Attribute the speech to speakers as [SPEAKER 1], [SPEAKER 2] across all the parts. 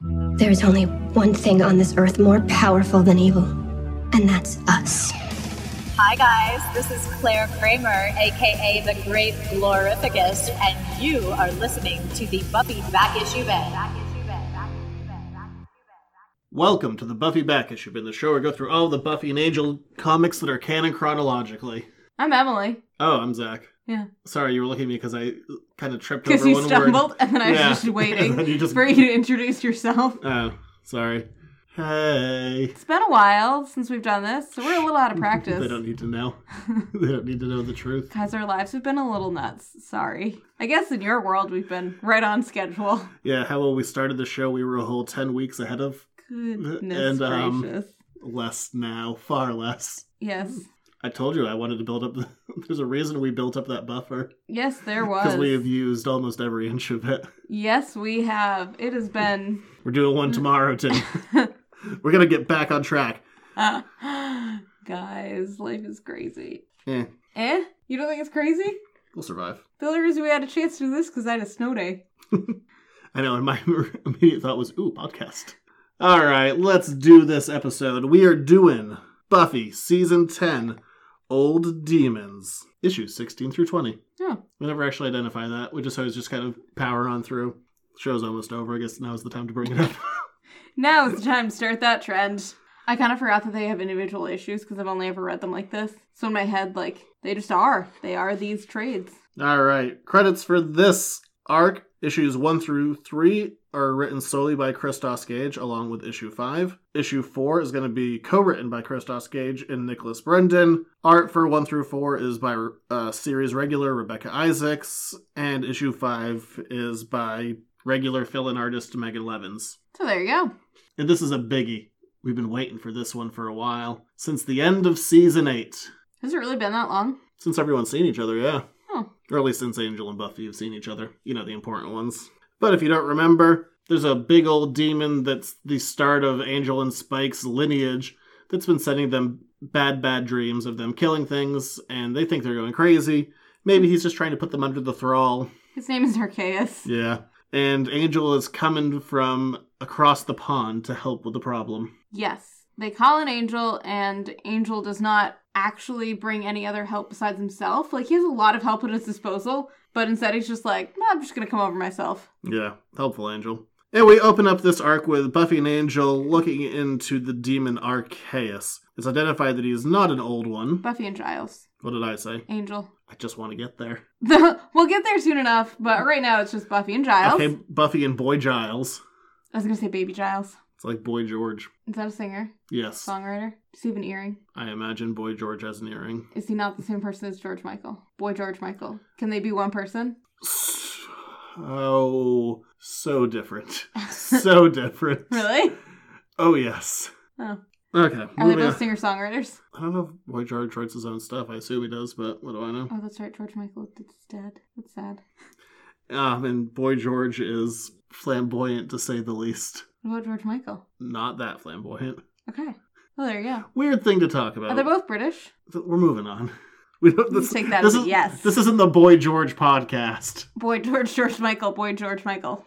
[SPEAKER 1] There is only one thing on this earth more powerful than evil, and that's us.
[SPEAKER 2] Hi, guys. This is Claire Kramer, aka the Great Glorificus, and you are listening to the Buffy Back Issue Bed.
[SPEAKER 3] Welcome to the Buffy Back Issue Bin, the show where we go through all the Buffy and Angel comics that are canon chronologically.
[SPEAKER 4] I'm Emily.
[SPEAKER 3] Oh, I'm Zach.
[SPEAKER 4] Yeah.
[SPEAKER 3] Sorry, you were looking at me because I kind of tripped
[SPEAKER 4] Because
[SPEAKER 3] over
[SPEAKER 4] you
[SPEAKER 3] one
[SPEAKER 4] stumbled,
[SPEAKER 3] word.
[SPEAKER 4] and then I was
[SPEAKER 3] Yeah.
[SPEAKER 4] just
[SPEAKER 3] And then
[SPEAKER 4] waiting
[SPEAKER 3] you just-
[SPEAKER 4] for you to introduce yourself.
[SPEAKER 3] Oh, sorry. Hey.
[SPEAKER 4] It's been a while since we've done this, so we're a little out of
[SPEAKER 3] They
[SPEAKER 4] practice.
[SPEAKER 3] don't need to know. they don't need to know the truth.
[SPEAKER 4] Because our lives have been a little nuts. Sorry. I guess in your world, we've been right on schedule.
[SPEAKER 3] Yeah, how when we started the show, we were a whole 10 weeks ahead of
[SPEAKER 4] Goodness
[SPEAKER 3] And, um,
[SPEAKER 4] gracious.
[SPEAKER 3] less now, far less.
[SPEAKER 4] Yes.
[SPEAKER 3] I told you I wanted to build up. The, there's a reason we built up that buffer
[SPEAKER 4] Yes, there
[SPEAKER 3] because
[SPEAKER 4] was.
[SPEAKER 3] we have used almost every inch of it.
[SPEAKER 4] Yes, we have. It has been.
[SPEAKER 3] We're doing one tomorrow too. We're gonna get back on track.
[SPEAKER 4] uh, guys, life is crazy.
[SPEAKER 3] Eh,
[SPEAKER 4] Eh? You don't think it's crazy?
[SPEAKER 3] we'll survive.
[SPEAKER 4] The only reason we had a chance to do this because I had a snow day.
[SPEAKER 3] I know, and my immediate thought was, ooh, podcast. All right, let's do this episode. We are doing Buffy Season 10 Old Demons, issues 16 through 20.
[SPEAKER 4] Oh.
[SPEAKER 3] We never actually identify that. We just always just kind of power on through. Show's almost over. I guess now's the time to bring it up.
[SPEAKER 4] Now it's time to start that trend. I kind of forgot that they have individual issues because I've only ever read them like this. So in my head, like, they just are. They are these trades.
[SPEAKER 3] All right, credits for this arc. Issues 1 through 3 are written solely by Christos Gage along with issue 5. Issue 4 is going to be co written by Christos Gage and Nicholas Brendan. Art for 1 through 4 is by uh, series regular Rebecca Isaacs, and issue 5 is by regular fill in artist Megan Levins.
[SPEAKER 4] So there you go.
[SPEAKER 3] And this is a biggie. We've been waiting for this one for a while. Since the end of season 8.
[SPEAKER 4] Has it really been that long?
[SPEAKER 3] Since everyone's seen each other, yeah.
[SPEAKER 4] Oh.
[SPEAKER 3] Or at least since Angel and Buffy have seen each other. You know, the important ones. But if you don't remember, there's a big old demon that's the start of Angel and Spike's lineage that's been sending them bad, bad dreams of them killing things, and they think they're going crazy. Maybe he's just trying to put them under the thrall.
[SPEAKER 4] His name is Arceus.
[SPEAKER 3] Yeah. And Angel is coming from across the pond to help with the problem.
[SPEAKER 4] Yes. They call an angel, and Angel does not actually bring any other help besides himself. Like, he has a lot of help at his disposal, but instead he's just like, "Nah, I'm just gonna come over myself.
[SPEAKER 3] Yeah, helpful angel. And we open up this arc with Buffy and Angel looking into the demon Archaeus. It's identified that he is not an old one.
[SPEAKER 4] Buffy and Giles.
[SPEAKER 3] What did I say?
[SPEAKER 4] Angel.
[SPEAKER 3] I just want to get there.
[SPEAKER 4] we'll get there soon enough, but right now it's just Buffy and Giles.
[SPEAKER 3] Okay, Buffy and Boy Giles.
[SPEAKER 4] I was gonna say Baby Giles.
[SPEAKER 3] It's like Boy George.
[SPEAKER 4] Is that a singer?
[SPEAKER 3] Yes,
[SPEAKER 4] Songwriter? Does he have an earring?
[SPEAKER 3] I imagine Boy George has an earring.
[SPEAKER 4] Is he not the same person as George Michael? Boy George Michael. Can they be one person?
[SPEAKER 3] Oh, so different. so different.
[SPEAKER 4] Really?
[SPEAKER 3] Oh, yes.
[SPEAKER 4] Oh.
[SPEAKER 3] Okay.
[SPEAKER 4] Are they
[SPEAKER 3] moving
[SPEAKER 4] both
[SPEAKER 3] on.
[SPEAKER 4] singer songwriters?
[SPEAKER 3] I don't know if Boy George writes his own stuff. I assume he does, but what do I know?
[SPEAKER 4] Oh, that's right. George Michael is dead. That's sad.
[SPEAKER 3] Um, and Boy George is flamboyant to say the least.
[SPEAKER 4] What about George Michael?
[SPEAKER 3] Not that flamboyant.
[SPEAKER 4] Okay. Well, there you go.
[SPEAKER 3] Weird thing to talk about.
[SPEAKER 4] Are they both British?
[SPEAKER 3] Th- We're moving on. We don't,
[SPEAKER 4] Let's
[SPEAKER 3] this,
[SPEAKER 4] take that
[SPEAKER 3] this
[SPEAKER 4] as a
[SPEAKER 3] is,
[SPEAKER 4] yes.
[SPEAKER 3] This isn't the Boy George podcast.
[SPEAKER 4] Boy George, George Michael, boy George Michael.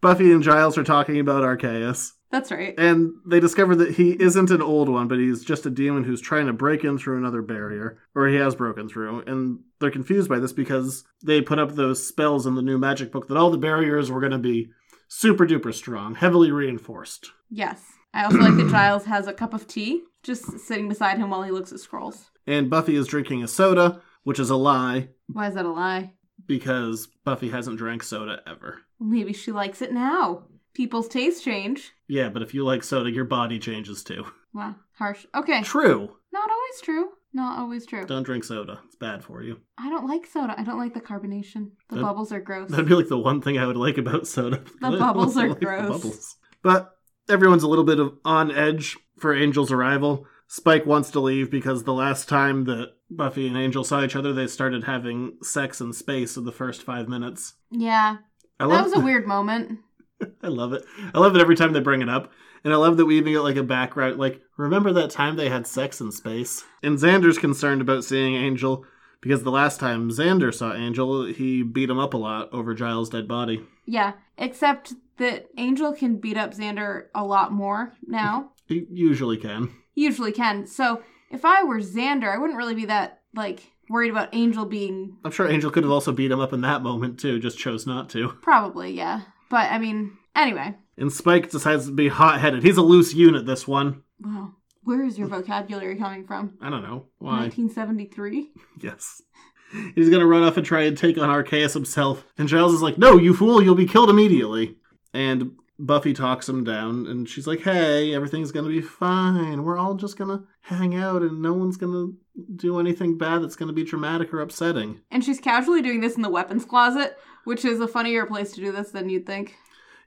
[SPEAKER 3] Buffy and Giles are talking about Archaeus,
[SPEAKER 4] That's right.
[SPEAKER 3] and they discover that he isn't an old one, but he's just a demon who's trying to break in through another barrier, or he has broken through. And they're confused by this because they put up those spells in the new magic book that all the barriers were going to be super duper strong, heavily reinforced.
[SPEAKER 4] Yes. I also like that Giles has a cup of tea just sitting beside him while he looks at scrolls.
[SPEAKER 3] and Buffy is drinking a soda, which is a lie
[SPEAKER 4] Why is that a lie?
[SPEAKER 3] because Buffy hasn't drank soda ever.
[SPEAKER 4] Maybe she likes it now. People's tastes change.
[SPEAKER 3] Yeah, but if you like soda, your body changes too.
[SPEAKER 4] Wow. Harsh. Okay.
[SPEAKER 3] True.
[SPEAKER 4] Not always true. Not always true.
[SPEAKER 3] Don't drink soda. It's bad for you.
[SPEAKER 4] I don't like soda. I don't like the carbonation. The
[SPEAKER 3] That-
[SPEAKER 4] bubbles are gross.
[SPEAKER 3] That'd be like the one thing I would like about soda.
[SPEAKER 4] The bubbles are
[SPEAKER 3] I like the
[SPEAKER 4] gross.
[SPEAKER 3] But everyone's a little bit of on edge for Angel's arrival. Spike wants to leave because the last time that Buffy and Angel saw each other, they started having sex in space in the first five minutes.
[SPEAKER 4] yeah.
[SPEAKER 3] I
[SPEAKER 4] That was a weird moment.
[SPEAKER 3] I love it. I love it every time they bring it up. And I love that we even get like a background like, remember that time they had sex in space? And Xander's concerned about seeing Angel because the last time Xander saw Angel, he beat him up a lot over Giles' dead body.
[SPEAKER 4] Yeah. Except that Angel can beat up Xander a lot more now.
[SPEAKER 3] It usually can.
[SPEAKER 4] Usually can. So if I were Xander, I wouldn't really be that like worried about Angel being
[SPEAKER 3] I'm sure Angel could have also beat him up in that moment too, just chose not to.
[SPEAKER 4] probably, yeah. But I mean, anyway.
[SPEAKER 3] And Spike decides to be hot headed. He's a loose unit, this one.
[SPEAKER 4] Wow. Where is your vocabulary coming from?
[SPEAKER 3] I don't know. Why?
[SPEAKER 4] 1973?
[SPEAKER 3] Yes. He's gonna run off and try and take on Arceus himself. And Giles is like, No, you fool, you'll be killed immediately. And Buffy talks him down and she's like, Hey, everything's gonna be fine. We're all just gonna hang out and no one's gonna do anything bad that's gonna be dramatic or upsetting.
[SPEAKER 4] And she's casually doing this in the weapons closet, which is a funnier place to do this than you'd think.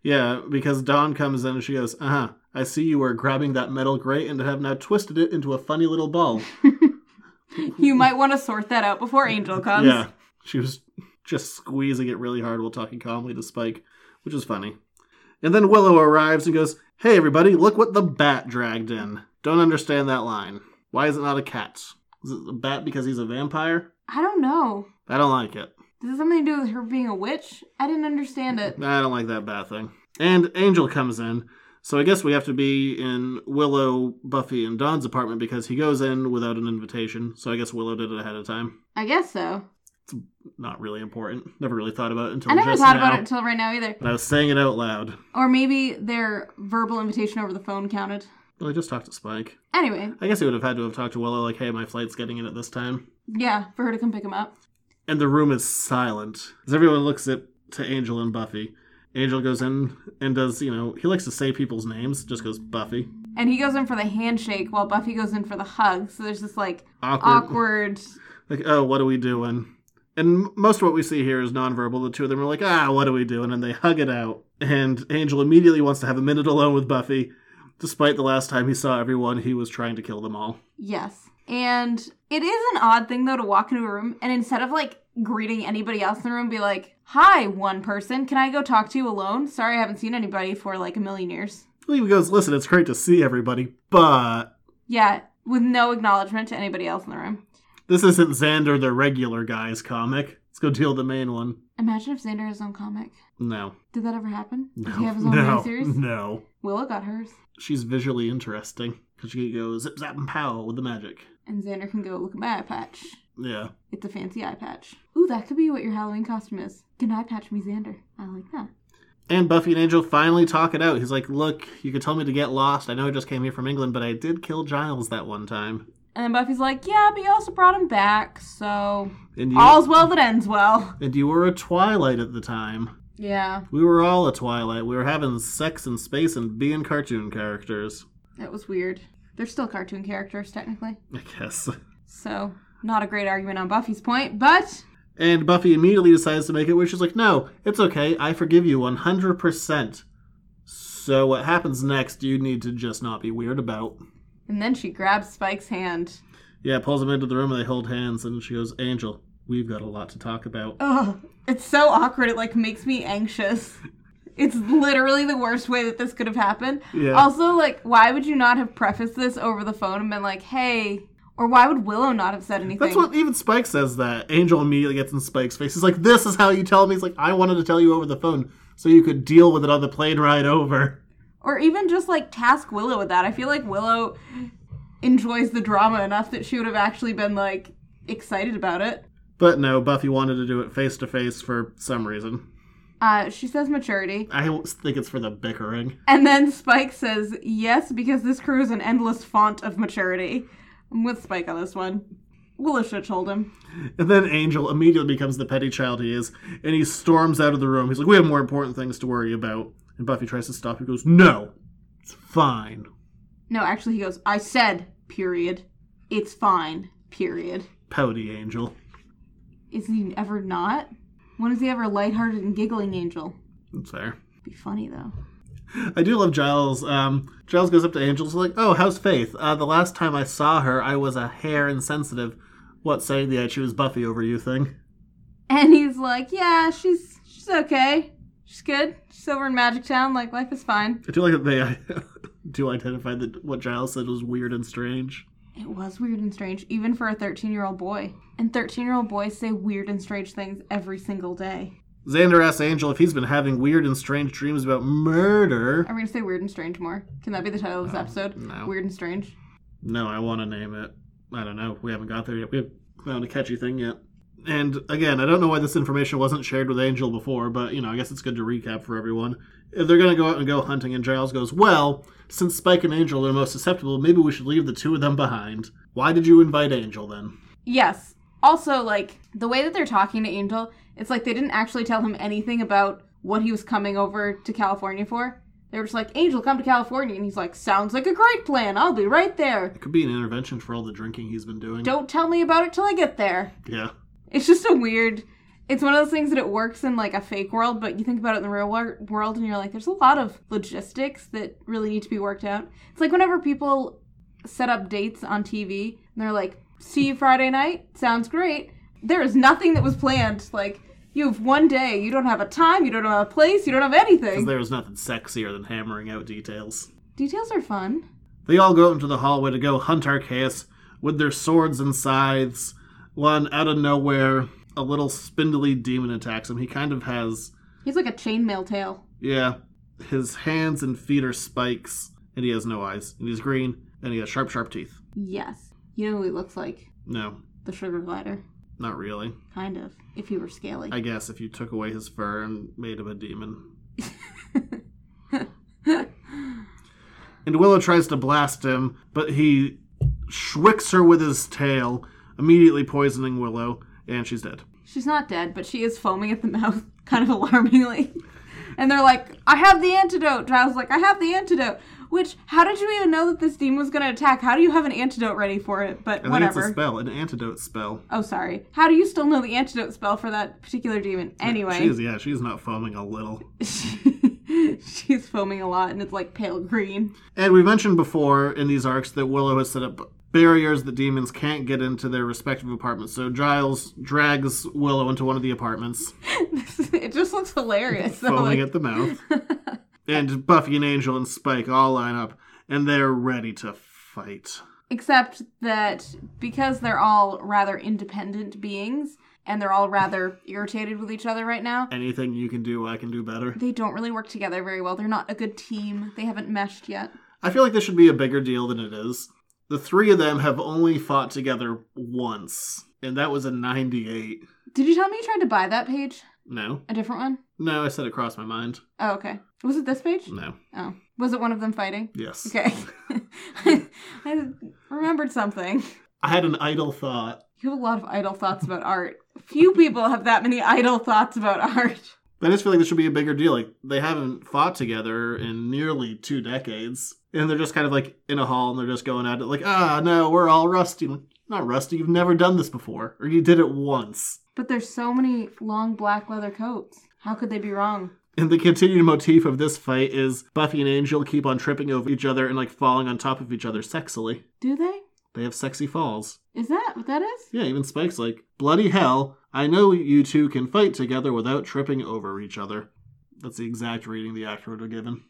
[SPEAKER 3] Yeah, because Dawn comes in and she goes, Uh huh, I see you were grabbing that metal grate and have now twisted it into a funny little ball.
[SPEAKER 4] You might want to sort that out before Angel comes.
[SPEAKER 3] yeah, she was just squeezing it really hard while talking calmly to Spike, which is funny. And then Willow arrives and goes, Hey everybody, look what the bat dragged in. Don't understand that line. Why is it not a cat? Is it a bat because he's a vampire?
[SPEAKER 4] I don't know.
[SPEAKER 3] I don't like it.
[SPEAKER 4] Does it something to do with her being a witch? I didn't understand it.
[SPEAKER 3] I don't like that bat thing. And Angel comes in. So I guess we have to be in Willow, Buffy, and Don's apartment because he goes in without an invitation. So I guess Willow did it ahead of time.
[SPEAKER 4] I guess so.
[SPEAKER 3] Not really important. Never really thought about it until
[SPEAKER 4] I never
[SPEAKER 3] just
[SPEAKER 4] thought
[SPEAKER 3] now.
[SPEAKER 4] about it until right now either.
[SPEAKER 3] But I was saying it out loud.
[SPEAKER 4] Or maybe their verbal invitation over the phone counted.
[SPEAKER 3] Well, I just talked to Spike.
[SPEAKER 4] Anyway,
[SPEAKER 3] I guess he would have had to have talked to Willow, like, hey, my flight's getting in at this time.
[SPEAKER 4] yeah, for her to come pick him up.
[SPEAKER 3] And the room is silent. As everyone looks at to Angel and Buffy. Angel goes in and does, you know, he likes to say people's names, just goes Buffy.
[SPEAKER 4] And he goes in for the handshake while Buffy goes in for the hug. So there's this like
[SPEAKER 3] Awkward.
[SPEAKER 4] awkward.
[SPEAKER 3] Like, oh, what are we doing? And m- most of what we see here is nonverbal. The two of them are like, ah, what are we doing? And they hug it out. And Angel immediately wants to have a minute alone with Buffy, despite the last time he saw everyone, he was trying to kill them all.
[SPEAKER 4] Yes. And it is an odd thing though to walk into a room and instead of like greeting anybody else in the room, be like, Hi, one person. Can I go talk to you alone? Sorry, I haven't seen anybody for like a million years.
[SPEAKER 3] Well, he goes, listen, it's great to see everybody, but
[SPEAKER 4] Yeah, with no acknowledgement to anybody else in the room.
[SPEAKER 3] This isn't Xander the regular guy's comic. Let's go deal with the main one.
[SPEAKER 4] Imagine if Xander had his own comic.
[SPEAKER 3] No.
[SPEAKER 4] Did that ever happen?
[SPEAKER 3] No.
[SPEAKER 4] Did he have his own
[SPEAKER 3] no.
[SPEAKER 4] mini series?
[SPEAKER 3] No.
[SPEAKER 4] Willow got hers.
[SPEAKER 3] She's visually interesting because she goes zip zap and pow with the magic.
[SPEAKER 4] And Xander can go look at my eye patch.
[SPEAKER 3] Yeah.
[SPEAKER 4] It's a fancy eye patch. Ooh, that could be what your Halloween costume is. Can eye patch me, Xander? I like that.
[SPEAKER 3] And Buffy and Angel finally talk it out. He's like, Look, you could tell me to get lost. I know I just came here from England, but I did kill Giles that one time.
[SPEAKER 4] And then Buffy's like, yeah, but you also brought him back, so
[SPEAKER 3] And you,
[SPEAKER 4] all's well that ends well.
[SPEAKER 3] and you were a Twilight at the time.
[SPEAKER 4] Yeah,
[SPEAKER 3] We were all a Twilight. We were having sex in space and being cartoon characters.
[SPEAKER 4] that was weird. They're still cartoon characters, technically.
[SPEAKER 3] I guess.
[SPEAKER 4] So, not a great argument on Buffy's point, but
[SPEAKER 3] And Buffy immediately decides to make it where she's like, no, it's okay. I forgive you 100%. So what happens next, you need to just not be weird about.
[SPEAKER 4] And then she grabs Spike's hand.
[SPEAKER 3] Yeah, pulls him into the room and they hold hands and she goes, Angel, we've got a lot to talk about.
[SPEAKER 4] Ugh, it's so awkward. It like makes me anxious. It's literally the worst way that this could have happened.
[SPEAKER 3] Yeah.
[SPEAKER 4] Also, like, why would you not have prefaced this over the phone and been like, "Hey," or why would Willow not have said anything?
[SPEAKER 3] That's what even Spike says that. Angel immediately gets in Spike's face. He's like, this is how you tell me. He's like, I wanted to tell you over the phone so you could deal with it on the plane ride over.
[SPEAKER 4] or even just like task Willow with that. I feel like Willow enjoys the drama enough that she would have actually been like excited about it.
[SPEAKER 3] But no, Buffy wanted to do it face to face for some reason.
[SPEAKER 4] Uh, she says maturity,
[SPEAKER 3] I think it's for the bickering.
[SPEAKER 4] and then Spike says yes because this crew is an endless font of maturity. I'm with Spike on this one. Willow should have told him.
[SPEAKER 3] And then Angel immediately becomes the petty child he is, and he storms out of the room. He's like, We have more important things to worry about. And Buffy tries to stop him. He goes, No, it's fine.
[SPEAKER 4] No, actually, he goes, I said, period. It's fine, period.
[SPEAKER 3] Pouty Angel.
[SPEAKER 4] Is he ever not? When is he ever lighthearted and giggling angel?
[SPEAKER 3] That's fair.
[SPEAKER 4] Be funny, though.
[SPEAKER 3] I do love Giles. Um, Giles goes up to Angel, so like, Oh, how's Faith? Uh, the last time I saw her, I was a hair insensitive. What, saying the I choose Buffy over you thing?
[SPEAKER 4] And he's like, yeah, she's she's okay. She's good. She's over in Magic Town. Like, life is fine.
[SPEAKER 3] I do like that they do identify that what Giles said was weird and strange.
[SPEAKER 4] It was weird and strange, even for a 13 year old boy. And 13 year old boys say weird and strange things every single day.
[SPEAKER 3] Xander asks Angel if he's been having weird and strange dreams about murder.
[SPEAKER 4] Are we gonna say weird and strange more? Can that be the title of this episode?
[SPEAKER 3] no.
[SPEAKER 4] Weird and strange.
[SPEAKER 3] No, I want to name it. I don't know. We haven't got there yet. We haven't found a catchy thing yet. And again, I don't know why this information wasn't shared with Angel before, but you know, I guess it's good to recap for everyone. If they're gonna go out and go hunting, and Giles goes, "Well, since Spike and Angel are most susceptible, maybe we should leave the two of them behind." Why did you invite Angel then?
[SPEAKER 4] Yes. Also, like the way that they're talking to Angel, it's like they didn't actually tell him anything about what he was coming over to California for. They were just like, Angel, come to California. And he's like, sounds like a great plan. I'll be right there.
[SPEAKER 3] It could be an intervention for all the drinking he's been doing.
[SPEAKER 4] Don't tell me about it till I get there.
[SPEAKER 3] Yeah.
[SPEAKER 4] It's just a weird. It's one of those things that it works in like a fake world, but you think about it in the real wor- world and you're like, there's a lot of logistics that really need to be worked out. It's like whenever people set up dates on TV and they're like, see you Friday night, sounds great. There is nothing that was planned. Like, you have one day, you don't have a time, you don't have a place, you don't have anything.
[SPEAKER 3] Because there was nothing sexier than hammering out details.
[SPEAKER 4] Details are fun.
[SPEAKER 3] They all go out into the hallway to go hunt Arceus with their swords and scythes. One out of nowhere, a little spindly demon attacks him. He kind of has,
[SPEAKER 4] He's like a chainmail tail.
[SPEAKER 3] yeah, his hands and feet are spikes, and he has no eyes, and he's green, and he has sharp, sharp teeth.
[SPEAKER 4] Yes. You know who he looks like?
[SPEAKER 3] No,
[SPEAKER 4] The sugar glider.
[SPEAKER 3] not really.
[SPEAKER 4] Kind of. If he were scaly.
[SPEAKER 3] I guess if you took away his fur and made him a demon. and Willow tries to blast him, but he swicks her with his tail, immediately poisoning Willow, and she's dead.
[SPEAKER 4] She's not dead, but she is foaming at the mouth, kind of alarmingly. And they're like, I have the antidote. Giles like, I have the antidote. Which, how did you even know that this demon was going to attack? How do you have an antidote ready for it? But
[SPEAKER 3] I think it's a
[SPEAKER 4] whatever.
[SPEAKER 3] spell, an antidote spell.
[SPEAKER 4] Oh, sorry. How do you still know the antidote spell for that particular demon? Anyway,
[SPEAKER 3] She's yeah, she's not foaming a little.
[SPEAKER 4] she's foaming a lot and it's like pale green.
[SPEAKER 3] And we mentioned before in these arcs that Willow has set up barriers that demons can't get into their respective apartments. So Giles drags Willow into one of the apartments,
[SPEAKER 4] it just looks hilarious. though,
[SPEAKER 3] foaming
[SPEAKER 4] like-
[SPEAKER 3] at the mouth. and Buffy and Angel and Spike all line up, and they're ready to fight.
[SPEAKER 4] Except that because they're all rather independent beings and they're all rather irritated with each other right now,
[SPEAKER 3] Anything you can do, I can do better.
[SPEAKER 4] they don't really work together very well. They're not a good team. They haven't meshed yet.
[SPEAKER 3] I feel like this should be a bigger deal than it is. The three of them have only fought together once, and that was in 98.
[SPEAKER 4] Did you tell me you tried to buy that page?
[SPEAKER 3] No?
[SPEAKER 4] A different one?
[SPEAKER 3] No, I said it crossed my mind.
[SPEAKER 4] Oh, okay. Was it this page?
[SPEAKER 3] No.
[SPEAKER 4] Oh. Was it one of them fighting?
[SPEAKER 3] Yes.
[SPEAKER 4] Okay. I remembered something.
[SPEAKER 3] I had an idle thought,
[SPEAKER 4] You have a lot of idle thoughts about art. Few people have that many idle thoughts about art.
[SPEAKER 3] but I just feel like this should be a bigger deal. Like they haven't fought together in nearly two decades, and they're just kind of like in a hall and they're just going at it like, ah, no, we're all rusty. Like, Not rusty. You've never done this before, or you did it once.
[SPEAKER 4] But there's so many long black leather coats. How could they be wrong?
[SPEAKER 3] And the continued motif of this fight is Buffy and Angel keep on tripping over each other and like falling on top of each other sexily.
[SPEAKER 4] Do they?
[SPEAKER 3] They have sexy falls.
[SPEAKER 4] Is that what that is?
[SPEAKER 3] Yeah, even Spike's like, bloody hell, I know you two can fight together without tripping over each other. That's the exact reading the actor would have given.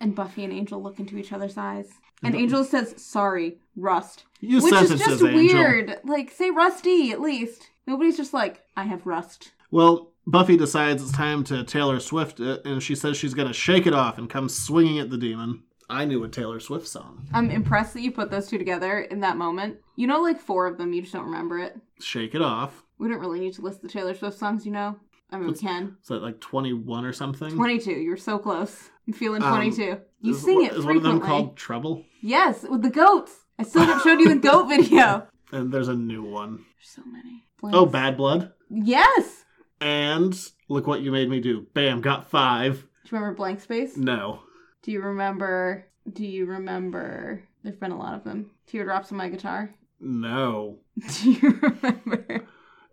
[SPEAKER 4] And Buffy and Angel look into each other's eyes. And Angel says, sorry, rust.
[SPEAKER 3] You
[SPEAKER 4] Which is
[SPEAKER 3] sentences,
[SPEAKER 4] just
[SPEAKER 3] Angel.
[SPEAKER 4] weird. Like, say rusty at least. Nobody's just like, I have rust.
[SPEAKER 3] Well, Buffy decides it's time to Taylor Swift it, and she says she's going to shake it off and come swinging at the demon. I knew a Taylor Swift song.
[SPEAKER 4] I'm impressed that you put those two together in that moment. You know, like four of them, you just don't remember it.
[SPEAKER 3] Shake it off.
[SPEAKER 4] We don't really need to list the Taylor Swift songs, you know? I mean, we can.
[SPEAKER 3] Is that like 21 or something?
[SPEAKER 4] 22. You're so close. I'm feeling
[SPEAKER 3] Um,
[SPEAKER 4] 22. you
[SPEAKER 3] Is-
[SPEAKER 4] sing it
[SPEAKER 3] Is one
[SPEAKER 4] frequently.
[SPEAKER 3] of them called Trouble?
[SPEAKER 4] Yes, with the goats. I still haven't showed you the goat video.
[SPEAKER 3] And there's a new one.
[SPEAKER 4] There's so many.
[SPEAKER 3] Oh, Bad Blood.
[SPEAKER 4] Yes.
[SPEAKER 3] And Look What You Made Me Do. Bam, got five.
[SPEAKER 4] Do you remember Blank Space?
[SPEAKER 3] No.
[SPEAKER 4] Do you remember? Do you remember? There's been a lot of them. Teardrops on my guitar.
[SPEAKER 3] No.
[SPEAKER 4] Do you remember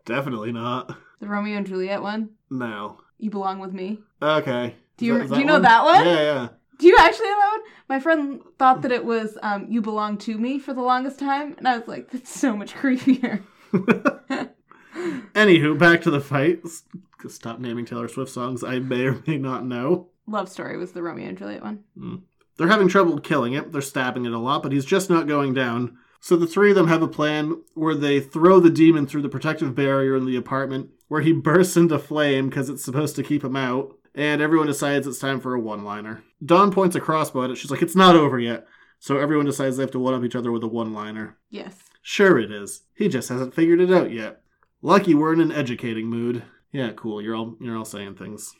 [SPEAKER 3] Definitely not.
[SPEAKER 4] the Romeo and Juliet one?
[SPEAKER 3] No.
[SPEAKER 4] You belong with me.
[SPEAKER 3] Okay.
[SPEAKER 4] Do you-
[SPEAKER 3] Is that- is
[SPEAKER 4] do you know that one?
[SPEAKER 3] Yeah, yeah.
[SPEAKER 4] Do you actually know that one? My friend thought that it was um, "You Belong to Me" for the longest time, and I was like, "That's so much creepier."
[SPEAKER 3] Anywho, back to the fight. S- Stop naming Taylor Swift songs I may or may not know.
[SPEAKER 4] Love Story was the Romeo and Juliet one.
[SPEAKER 3] They're having trouble killing it. They're stabbing it a lot, but he's just not going down. So the three of them have a plan where they throw the demon through the protective barrier in the apartment, where he bursts into flame because it's supposed to keep him out, and everyone decides it's time for a one liner. Dawn points a crossbow at it. She's like, it's not over yet. So everyone decides they have to one up each other with a one liner.
[SPEAKER 4] Yes.
[SPEAKER 3] Sure, it is. He just hasn't figured it out yet. Lucky we're in an educating mood. Yeah, cool. You're all you're all saying things.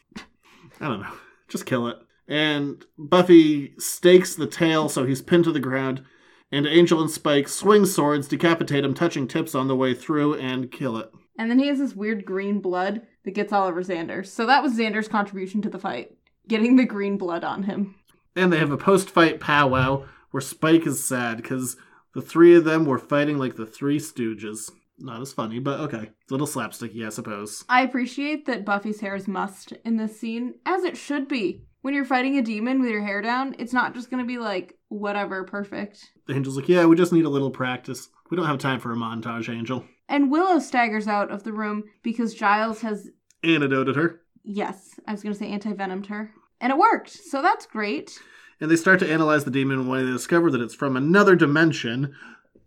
[SPEAKER 3] I don't know. Just kill it. And Buffy stakes the tail so he's pinned to the ground. And Angel and Spike swing swords, decapitate him, touching tips on the way through, and kill it.
[SPEAKER 4] And then he has this weird green blood that gets all over Xander. So that was Xander's contribution to the fight, getting the green blood on him.
[SPEAKER 3] And they have a post fight powwow where Spike is sad because the three of them were fighting like the Three Stooges. Not as funny, but okay. It's a little slapsticky, I suppose.
[SPEAKER 4] I appreciate that Buffy's hair is must in this scene, as it should be. When you're fighting a demon with your hair down, it's not just going to be like, whatever, perfect.
[SPEAKER 3] Angel's like, yeah, we just need a little practice. We don't have time for a montage, Angel.
[SPEAKER 4] And Willow staggers out of the room because Giles has,
[SPEAKER 3] Antidoted her.
[SPEAKER 4] yes, I was going to say anti venomed her. And it worked, so that's great.
[SPEAKER 3] And they start to analyze the demon when they discover that it's from another dimension.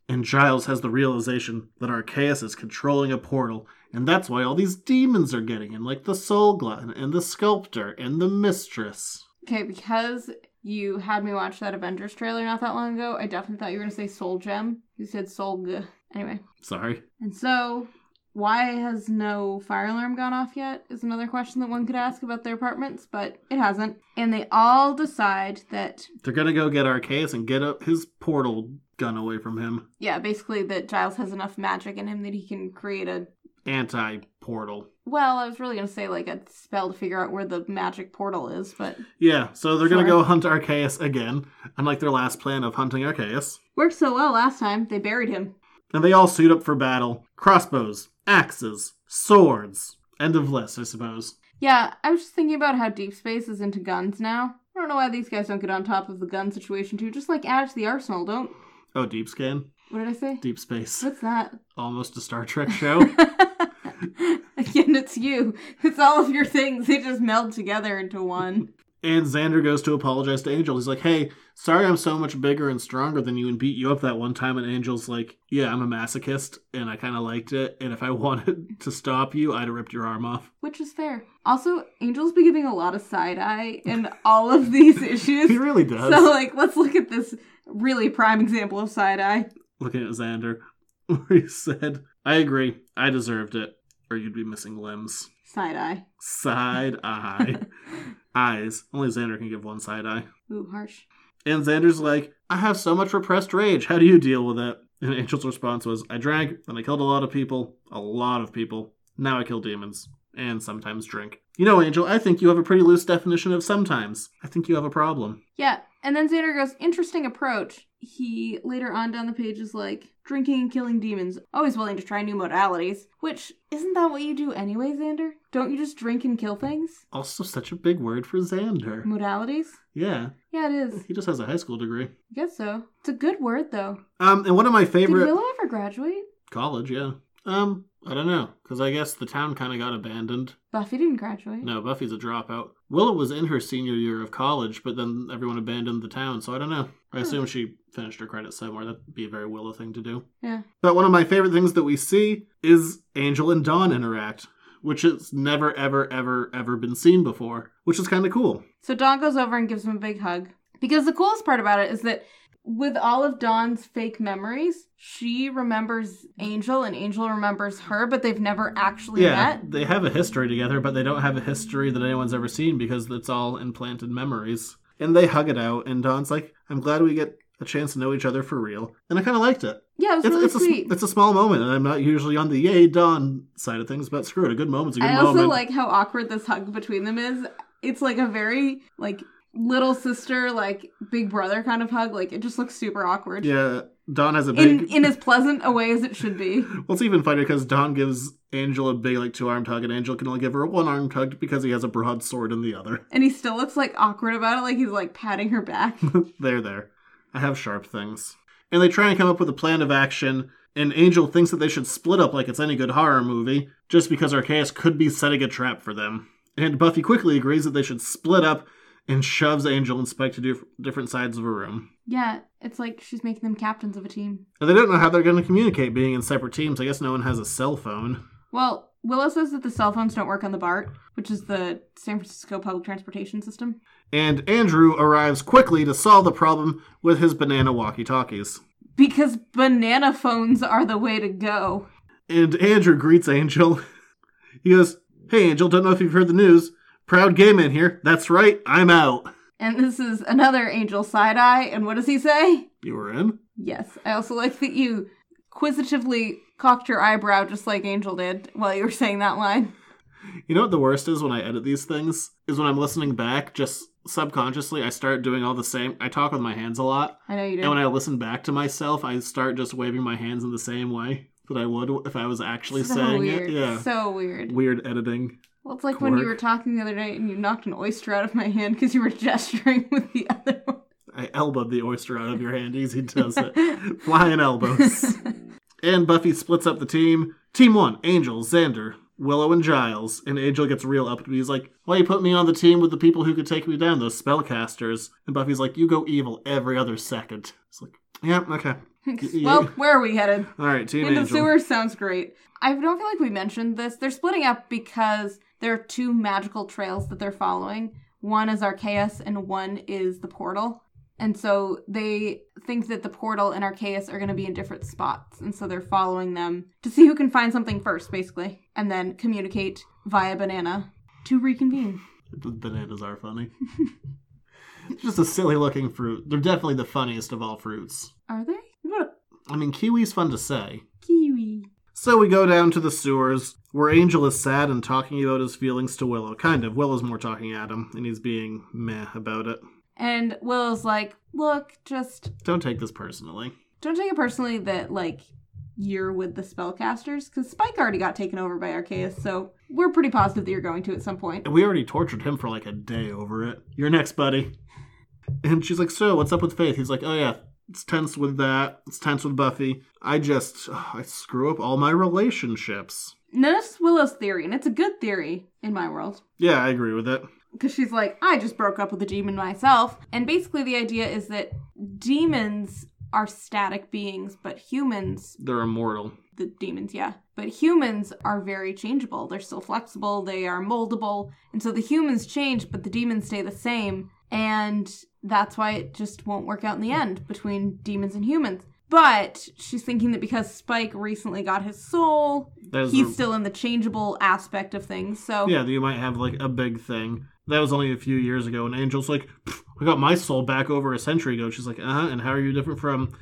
[SPEAKER 3] And Giles has the realization that Archaeus is controlling a portal, and that's why all these demons are getting in, like the Soul Glutton, and the Sculptor, and the Mistress.
[SPEAKER 4] Okay, because you had me watch that Avengers trailer not that long ago, I definitely thought you were going to say Soul Gem. You said Soul G. Anyway.
[SPEAKER 3] Sorry.
[SPEAKER 4] And so, why has no fire alarm gone off yet? Is another question that one could ask about their apartments, but it hasn't. And they all decide that,
[SPEAKER 3] They're gonna go get Archaeus and get up his portal gun away from him.
[SPEAKER 4] yeah, basically that Giles has enough magic in him that he can create a.
[SPEAKER 3] Anti portal.
[SPEAKER 4] Well, I was really going to say like a spell to figure out where the magic portal is, but
[SPEAKER 3] Yeah, so they're gonna
[SPEAKER 4] Sure.
[SPEAKER 3] go hunt Archaeus again, unlike their last plan of hunting Archaeus.
[SPEAKER 4] worked so well last time, they buried him.
[SPEAKER 3] And they all suit up for battle crossbows, axes, swords. End of list, I suppose.
[SPEAKER 4] Yeah, I was just thinking about how Deep Space is into guns now. I don't know why these guys don't get on top of the gun situation too. Just like add it to the arsenal, don't.
[SPEAKER 3] Oh, deep scan,
[SPEAKER 4] What did I say?
[SPEAKER 3] deep space.
[SPEAKER 4] What's that?
[SPEAKER 3] Almost a Star Trek show.
[SPEAKER 4] Again, it's you. It's all of your things. They just meld together into one.
[SPEAKER 3] and Xander goes to apologize to Angel. He's like, hey, sorry I'm so much bigger and stronger than you and beat you up that one time. And Angel's like, yeah, I'm a masochist and I kind of liked it. And if I wanted to stop you, I'd have ripped your arm off.
[SPEAKER 4] Which is fair. Also, Angel's been giving a lot of side eye in all of these issues.
[SPEAKER 3] He really does.
[SPEAKER 4] So, like, let's look at this really prime example of side eye.
[SPEAKER 3] Looking at Xander, where he said, I agree. I deserved it. Or you'd be missing limbs.
[SPEAKER 4] Side eye.
[SPEAKER 3] Side eye. Eyes. Only Xander can give one side eye.
[SPEAKER 4] Ooh, harsh.
[SPEAKER 3] And Xander's like, I have so much repressed rage. How do you deal with it? And Angel's response was, I drank and I killed a lot of people. A lot of people. Now I kill demons. And sometimes drink. You know, Angel, I think you have a pretty loose definition of sometimes. I think you have a problem.
[SPEAKER 4] Yeah. And then Xander goes, interesting approach. He later on down the page is like, drinking and killing demons, always willing to try new modalities. Which, isn't that what you do anyway, Xander? Don't you just drink and kill things?
[SPEAKER 3] Also, such a big word for Xander.
[SPEAKER 4] Mm. Modalities?
[SPEAKER 3] Yeah,
[SPEAKER 4] Yeah, it is.
[SPEAKER 3] he just has a high school degree.
[SPEAKER 4] I guess so. It's a good word, though.
[SPEAKER 3] Um, and one of my
[SPEAKER 4] Did
[SPEAKER 3] favorite
[SPEAKER 4] Willow ever graduate?
[SPEAKER 3] college, yeah. Um, I don't know, because I guess the town kind of got abandoned.
[SPEAKER 4] Buffy didn't graduate.
[SPEAKER 3] No, Buffy's a dropout. Willow was in her senior year of college, but then everyone abandoned the town, so I don't know. I assume she finished her credits somewhere. That'd be a very Willow thing to do.
[SPEAKER 4] Yeah.
[SPEAKER 3] But one of my favorite things that we see is Angel and Dawn interact, which has never, ever, ever, ever been seen before, which is kind of cool.
[SPEAKER 4] So Dawn goes over and gives him a big hug. Because the coolest part about it is that with all of Dawn's fake memories, she remembers Angel and Angel remembers her, but they've never actually
[SPEAKER 3] Yeah,
[SPEAKER 4] met.
[SPEAKER 3] they have a history together, but they don't have a history that anyone's ever seen because it's all implanted memories. And they hug it out, and Dawn's like, I'm glad we get a chance to know each other for real. And I kind of liked it.
[SPEAKER 4] Yeah, it was really
[SPEAKER 3] it's,
[SPEAKER 4] sweet.
[SPEAKER 3] A, sm- it's a small moment, and I'm not usually on the yay dawn side of things, but screw it, a good moment's a good
[SPEAKER 4] I also
[SPEAKER 3] moment.
[SPEAKER 4] like how awkward this hug between them is. It's like a very like little sister, like big brother kind of hug. Like it just looks super awkward.
[SPEAKER 3] yeah, Dawn has a big.
[SPEAKER 4] In in as pleasant a way as it should be.
[SPEAKER 3] well, it's even funnier because Dawn gives Angel a big, like, two armed hug, and Angel can only give her a one armed hug because he has a broadsword in the other.
[SPEAKER 4] And he still looks like awkward about it, like he's like patting her back.
[SPEAKER 3] They're there. I have sharp things. And they try and come up with a plan of action, and Angel thinks that they should split up like it's any good horror movie, just because Archaeus could be setting a trap for them. And Buffy quickly agrees that they should split up and shoves Angel and Spike to do different sides of a room.
[SPEAKER 4] Yeah, it's like she's making them captains of a team.
[SPEAKER 3] And they don't know how they're going to communicate being in separate teams. I guess no one has a cell phone.
[SPEAKER 4] Well, Willow says that the cell phones don't work on the BART, which is the San Francisco public transportation system.
[SPEAKER 3] And Andrew arrives quickly to solve the problem with his banana walkie talkies.
[SPEAKER 4] Because banana phones are the way to go.
[SPEAKER 3] And Andrew greets Angel. He goes, Hey, Angel, don't know if you've heard the news. Proud gay man here. That's right, I'm out.
[SPEAKER 4] And this is another angel side eye. And what does he say?
[SPEAKER 3] You were in?
[SPEAKER 4] Yes. I also like that you inquisitively cocked your eyebrow just like Angel did while you were saying that line.
[SPEAKER 3] You know what the worst is when I edit these things? Is when I'm listening back, just subconsciously, I start doing all the same. I talk with my hands a lot.
[SPEAKER 4] I know you did.
[SPEAKER 3] And when I listen back to myself, I start just waving my hands in the same way that I would if I was actually
[SPEAKER 4] so
[SPEAKER 3] saying
[SPEAKER 4] weird.
[SPEAKER 3] it. Yeah.
[SPEAKER 4] So weird.
[SPEAKER 3] Weird editing.
[SPEAKER 4] Well, it's like when you
[SPEAKER 3] Quirk.
[SPEAKER 4] were talking the other day and you knocked an oyster out of my hand because you were gesturing with the other one.
[SPEAKER 3] I elbowed the oyster out of your hand. Easy does it. Flying elbows. and Buffy splits up the team. Team one, Angel, Xander, Willow, and Giles. And Angel gets real up to me. He's like, Why you put me on the team with the people who could take me down, those spellcasters? And Buffy's like, You go evil every other second. It's like, Yeah, okay.
[SPEAKER 4] well, where are we headed?
[SPEAKER 3] All right, Team
[SPEAKER 4] In the
[SPEAKER 3] Angel.
[SPEAKER 4] sewer sounds great. I don't feel like we mentioned this. They're splitting up because there are two magical trails that they're following. One is Arceus and one is the portal. And so they think that the portal and Arceus are going to be in different spots. And so they're following them to see who can find something first, basically, and then communicate via banana to reconvene.
[SPEAKER 3] Bananas are funny. It's just a silly looking fruit. They're definitely the funniest of all fruits.
[SPEAKER 4] Are they? What about
[SPEAKER 3] I mean, kiwi's fun to say.
[SPEAKER 4] a kiwi?
[SPEAKER 3] So we go down to the sewers, where Angel is sad and talking about his feelings to Willow. Kind of. Willow's more talking at him, and he's being meh about it.
[SPEAKER 4] And Will's like, look, just
[SPEAKER 3] Don't take this personally.
[SPEAKER 4] Don't take it personally that like you're with the spellcasters because Spike already got taken over by Arceus, so we're pretty positive that you're going to at some point.
[SPEAKER 3] And we already tortured him for like a day over it. You're next, buddy. And she's like, So, what's up with Faith? He's like, Oh, yeah, it's tense with that. It's tense with Buffy. I just, ugh, I screw up all my relationships.
[SPEAKER 4] Now that's Willow's theory, and it's a good theory in my world
[SPEAKER 3] Yeah, I agree with it.
[SPEAKER 4] because she's like, I just broke up with a demon myself, and basically the idea is that demons are static beings, but humans
[SPEAKER 3] They're immortal.
[SPEAKER 4] the demons, yeah. But humans are very changeable. They're still flexible, they are moldable. And so the humans change, but the demons stay the same. And that's why it just won't work out in the end between demons and humans. But she's thinking that because Spike recently got his soul,
[SPEAKER 3] That is
[SPEAKER 4] he's
[SPEAKER 3] the-
[SPEAKER 4] still in the changeable aspect of things. So
[SPEAKER 3] Yeah, that you might have like a big thing. That was only a few years ago, and Angel's like, "Pfft, I got my soul back over a century ago. She's like, uh huh, and how are you different from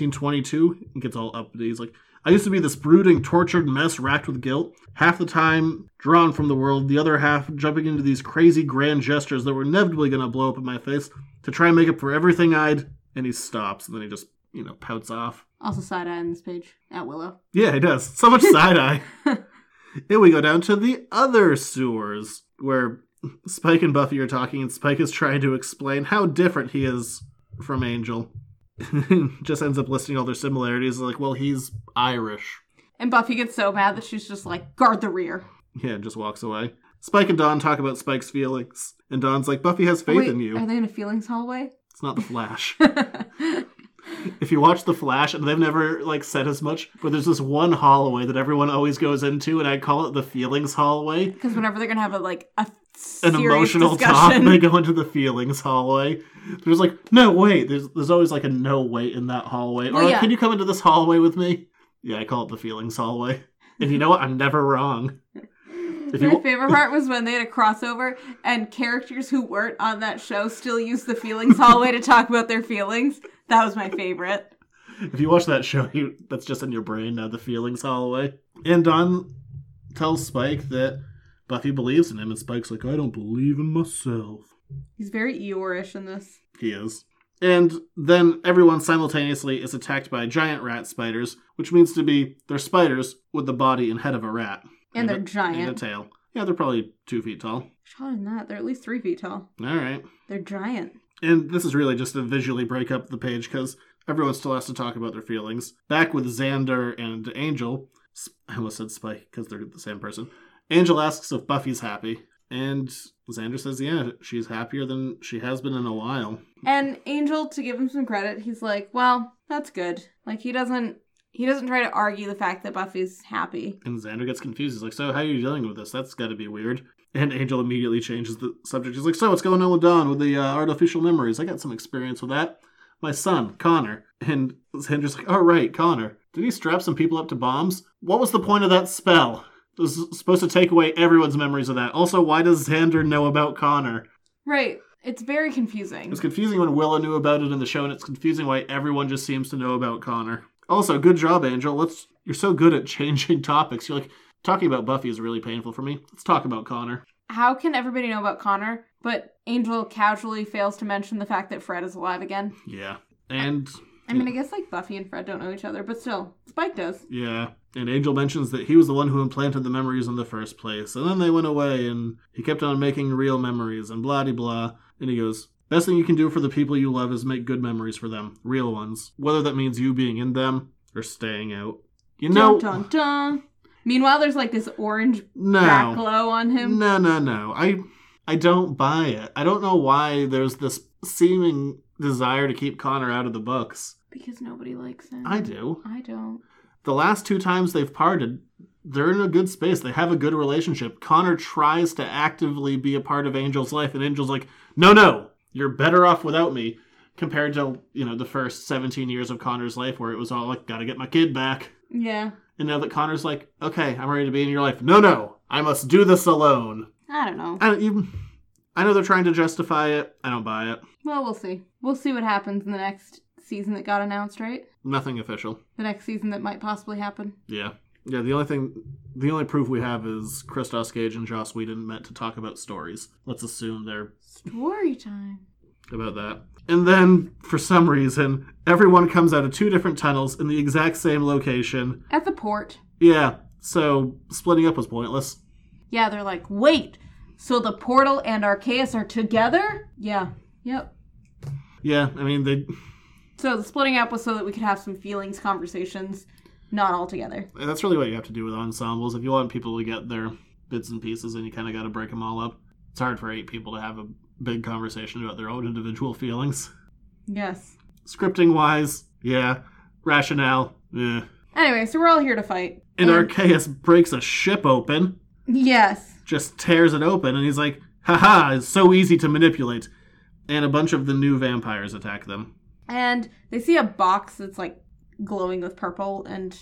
[SPEAKER 3] 1922? And gets all up. He's like, I used to be this brooding, tortured mess racked with guilt, half the time drawn from the world, the other half jumping into these crazy grand gestures that were inevitably going to blow up in my face to try and make up for everything I'd. And he stops, and then he just, you know, pouts off.
[SPEAKER 4] also side eye on this page at Willow.
[SPEAKER 3] Yeah, he does. So much side eye. Here we go down to the other sewers where Spike and Buffy are talking, and Spike is trying to explain how different he is from Angel. Just ends up listing all their similarities. Like, well, he's Irish.
[SPEAKER 4] And Buffy gets so mad that she's just like, guard the rear.
[SPEAKER 3] Yeah, and just walks away. Spike and Dawn talk about Spike's feelings, and Dawn's like, Buffy has faith
[SPEAKER 4] Wait,
[SPEAKER 3] in you.
[SPEAKER 4] Are they in a feelings hallway?
[SPEAKER 3] It's not the Flash. if you watch the Flash, and they've never like said as much, but there's this one hallway that everyone always goes into, and I call it the feelings hallway.
[SPEAKER 4] Because whenever they're gonna have a like a
[SPEAKER 3] an
[SPEAKER 4] serious
[SPEAKER 3] emotional
[SPEAKER 4] discussion,
[SPEAKER 3] talk. They go into the feelings hallway. There's like no wait. There's there's always like a no wait in that hallway.
[SPEAKER 4] Well,
[SPEAKER 3] or like,
[SPEAKER 4] yeah.
[SPEAKER 3] can you come into this hallway with me? Yeah, I call it the feelings hallway. And you know what? I'm never wrong. If
[SPEAKER 4] My
[SPEAKER 3] you
[SPEAKER 4] favorite part was when they had a crossover and characters who weren't on that show still used the feelings hallway to talk about their feelings. That was my favorite.
[SPEAKER 3] if you watch that show, you, that's just in your brain now. The feelings hallway. And Don tells Spike that Buffy believes in him, and Spike's like, I don't believe in myself.
[SPEAKER 4] He's very Eeyore-ish in this.
[SPEAKER 3] He is. And then everyone simultaneously is attacked by giant rat spiders, which means to be they're spiders with the body and head of a rat.
[SPEAKER 4] And
[SPEAKER 3] a-
[SPEAKER 4] they're giant.
[SPEAKER 3] And a tail. Yeah, they're probably two feet tall.
[SPEAKER 4] Taller than that, they're at least three feet tall.
[SPEAKER 3] All right.
[SPEAKER 4] They're giant.
[SPEAKER 3] And this is really just to visually break up the page because everyone still has to talk about their feelings. Back with Xander and Angel. Sp- I almost said Spike because they're the same person. Angel asks if Buffy's happy. And Xander says, yeah, she's happier than she has been in a while.
[SPEAKER 4] And Angel, to give him some credit, he's like, well, that's good. Like he doesn't he doesn't try to argue the fact that Buffy's happy.
[SPEAKER 3] And Xander gets confused. He's like, so how are you dealing with this? That's got to be weird. And Angel immediately changes the subject. He's like, so what's going on with Dawn with the uh, artificial memories? I got some experience with that. My son, Connor. And Xander's like, oh, right, Connor. Did he strap some people up to bombs? What was the point of that spell? It was supposed to take away everyone's memories of that. Also, why does Xander know about Connor?
[SPEAKER 4] Right. It's very confusing.
[SPEAKER 3] It was confusing when Willa knew about it in the show, and it's confusing why everyone just seems to know about Connor. Also, good job, Angel. Let's you're so good at changing topics. You're like talking about Buffy is really painful for me. Let's talk about Connor.
[SPEAKER 4] How can everybody know about Connor, but Angel casually fails to mention the fact that Fred is alive again?
[SPEAKER 3] Yeah. And
[SPEAKER 4] I mean, I guess like Buffy and Fred don't know each other, but still, Spike does.
[SPEAKER 3] yeah. And Angel mentions that he was the one who implanted the memories in the first place. And then they went away and he kept on making real memories and blah de blah. And he goes, Best thing you can do for the people you love is make good memories for them. Real ones. Whether that means you being in them or staying out. You know
[SPEAKER 4] Dun, dun, dun. Meanwhile, there's like this orange
[SPEAKER 3] No.
[SPEAKER 4] back glow on him.
[SPEAKER 3] No, no, no. I I don't buy it. I don't know why there's this seeming desire to keep Connor out of the books.
[SPEAKER 4] Because nobody likes him.
[SPEAKER 3] I do.
[SPEAKER 4] I don't.
[SPEAKER 3] The last two times they've parted, they're in a good space. They have a good relationship. Connor tries to actively be a part of Angel's life, and Angel's like, "No, no, you're better off without me." Compared to you know the first 17 years of Connor's life, where it was all like, "Gotta get my kid back,"
[SPEAKER 4] Yeah.
[SPEAKER 3] and now that Connor's like, "Okay, I'm ready to be in your life." No, no, I must do this alone.
[SPEAKER 4] I don't know.
[SPEAKER 3] I don't even. I know they're trying to justify it. I don't buy it.
[SPEAKER 4] Well, we'll see. We'll see what happens in the next season that got announced, right?
[SPEAKER 3] Nothing official.
[SPEAKER 4] The next season that might possibly happen.
[SPEAKER 3] Yeah. Yeah, the only thing, the only proof we have is Christos Gage and Joss Whedon met to talk about stories. Let's assume they're
[SPEAKER 4] Story time.
[SPEAKER 3] about that. And then, for some reason, everyone comes out of two different tunnels in the exact same location.
[SPEAKER 4] At the port.
[SPEAKER 3] Yeah, so splitting up was pointless.
[SPEAKER 4] Yeah, they're like, wait, so the portal and Arceus are together? Yeah. Yep.
[SPEAKER 3] Yeah, I mean, they,
[SPEAKER 4] So the splitting up was so that we could have some feelings, conversations, not all together.
[SPEAKER 3] that's really what you have to do with ensembles. If you want people to get their bits and pieces, and you kind of got to break them all up. It's hard for eight people to have a big conversation about their own individual feelings.
[SPEAKER 4] Yes.
[SPEAKER 3] Scripting wise, yeah. Rationale, eh.
[SPEAKER 4] Anyway, so we're all here to fight.
[SPEAKER 3] And Archaeus breaks a ship open,
[SPEAKER 4] Yes.
[SPEAKER 3] just tears it open, and he's like, haha, it's so easy to manipulate. And a bunch of the new vampires attack them.
[SPEAKER 4] And they see a box that's like glowing with purple and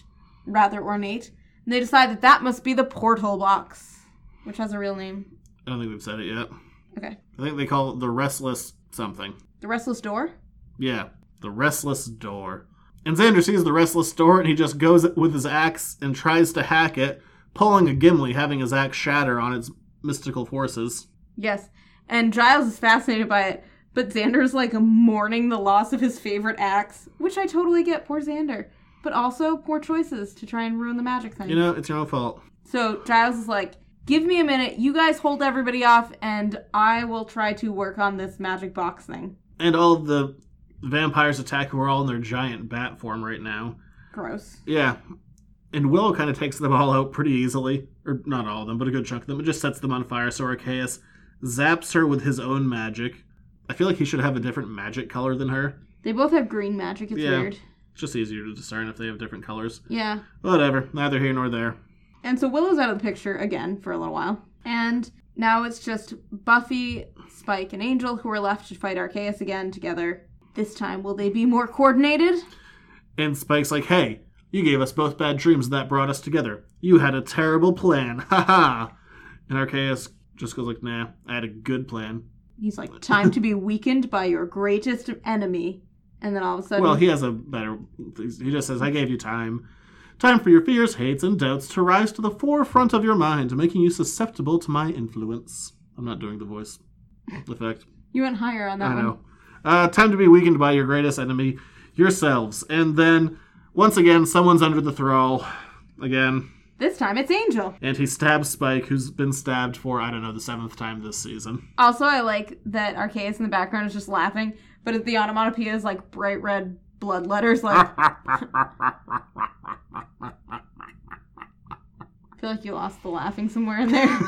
[SPEAKER 4] rather ornate. And they decide that that must be the portal box, which has a real name.
[SPEAKER 3] I don't think we've said it yet.
[SPEAKER 4] Okay.
[SPEAKER 3] I think they call it the Restless something.
[SPEAKER 4] The Restless Door?
[SPEAKER 3] Yeah, the Restless Door. And Xander sees the Restless Door and he just goes with his axe and tries to hack it, pulling a Gimli, having his axe shatter on its mystical forces.
[SPEAKER 4] Yes. And Giles is fascinated by it, but Xander's like mourning the loss of his favorite axe, which I totally get. Poor Xander. But also poor choices to try and ruin the magic thing.
[SPEAKER 3] You know, it's your own fault.
[SPEAKER 4] So Giles is like, give me a minute. You guys hold everybody off, and I will try to work on this magic box thing.
[SPEAKER 3] And all of the vampires attack who are all in their giant bat form right now.
[SPEAKER 4] Gross.
[SPEAKER 3] Yeah. And Willow kind of takes them all out pretty easily. Or not all of them, but a good chunk of them. It just sets them on fire, so Archaeus zaps her with his own magic. I feel like he should have a different magic color than her.
[SPEAKER 4] They both have green magic. It's
[SPEAKER 3] Yeah.
[SPEAKER 4] weird.
[SPEAKER 3] It's just easier to discern if they have different colors.
[SPEAKER 4] Yeah.
[SPEAKER 3] Whatever, neither here nor there.
[SPEAKER 4] And so Willow's out of the picture again for a little while. And now it's just Buffy, Spike, and Angel who are left to fight Arceus again together. This time, will they be more coordinated?
[SPEAKER 3] And Spike's like, hey, you gave us both bad dreams that brought us together. You had a terrible plan. Ha ha. And Archaeus just goes like, nah, I had a good plan.
[SPEAKER 4] He's like, time to be weakened by your greatest enemy. And then all of a sudden,
[SPEAKER 3] Well, he has a better. He just says, "I gave you time, time for your fears, hates, and doubts to rise to the forefront of your mind, making you susceptible to my influence." I'm not doing the voice effect.
[SPEAKER 4] you went higher on that
[SPEAKER 3] I
[SPEAKER 4] one.
[SPEAKER 3] know. Uh, time to be weakened by your greatest enemy, yourselves, and then once again, someone's under the thrall. Again,
[SPEAKER 4] This time, it's Angel.
[SPEAKER 3] and he stabs Spike, who's been stabbed for I don't know the seventh time this season.
[SPEAKER 4] Also, I like that Arceus in the background is just laughing, but if the onomatopoeia is like bright red blood letters. Like, I feel like you lost the laughing somewhere in there.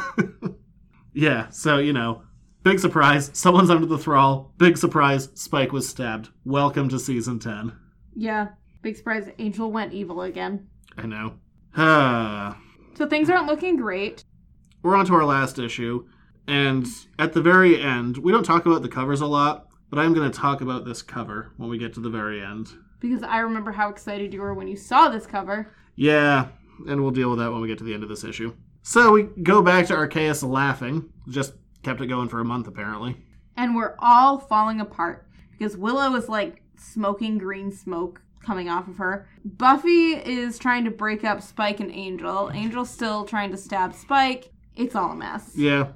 [SPEAKER 3] Yeah, so, you know, big surprise. Someone's under the thrall. Big surprise. Spike was stabbed. Welcome to season 10.
[SPEAKER 4] Yeah. Big surprise, Angel went evil again.
[SPEAKER 3] I know. Ah.
[SPEAKER 4] So things aren't looking great.
[SPEAKER 3] We're on to our last issue. And at the very end, we don't talk about the covers a lot, but I'm going to talk about this cover when we get to the very end.
[SPEAKER 4] Because I remember how excited you were when you saw this cover.
[SPEAKER 3] Yeah, and we'll deal with that when we get to the end of this issue. So we go back to Arceus laughing. Just kept it going for a month, apparently.
[SPEAKER 4] And we're all falling apart. Because Willow is like smoking green smoke coming off of her. Buffy is trying to break up Spike and Angel. Angel's still trying to stab Spike. It's all a mess.
[SPEAKER 3] Yeah.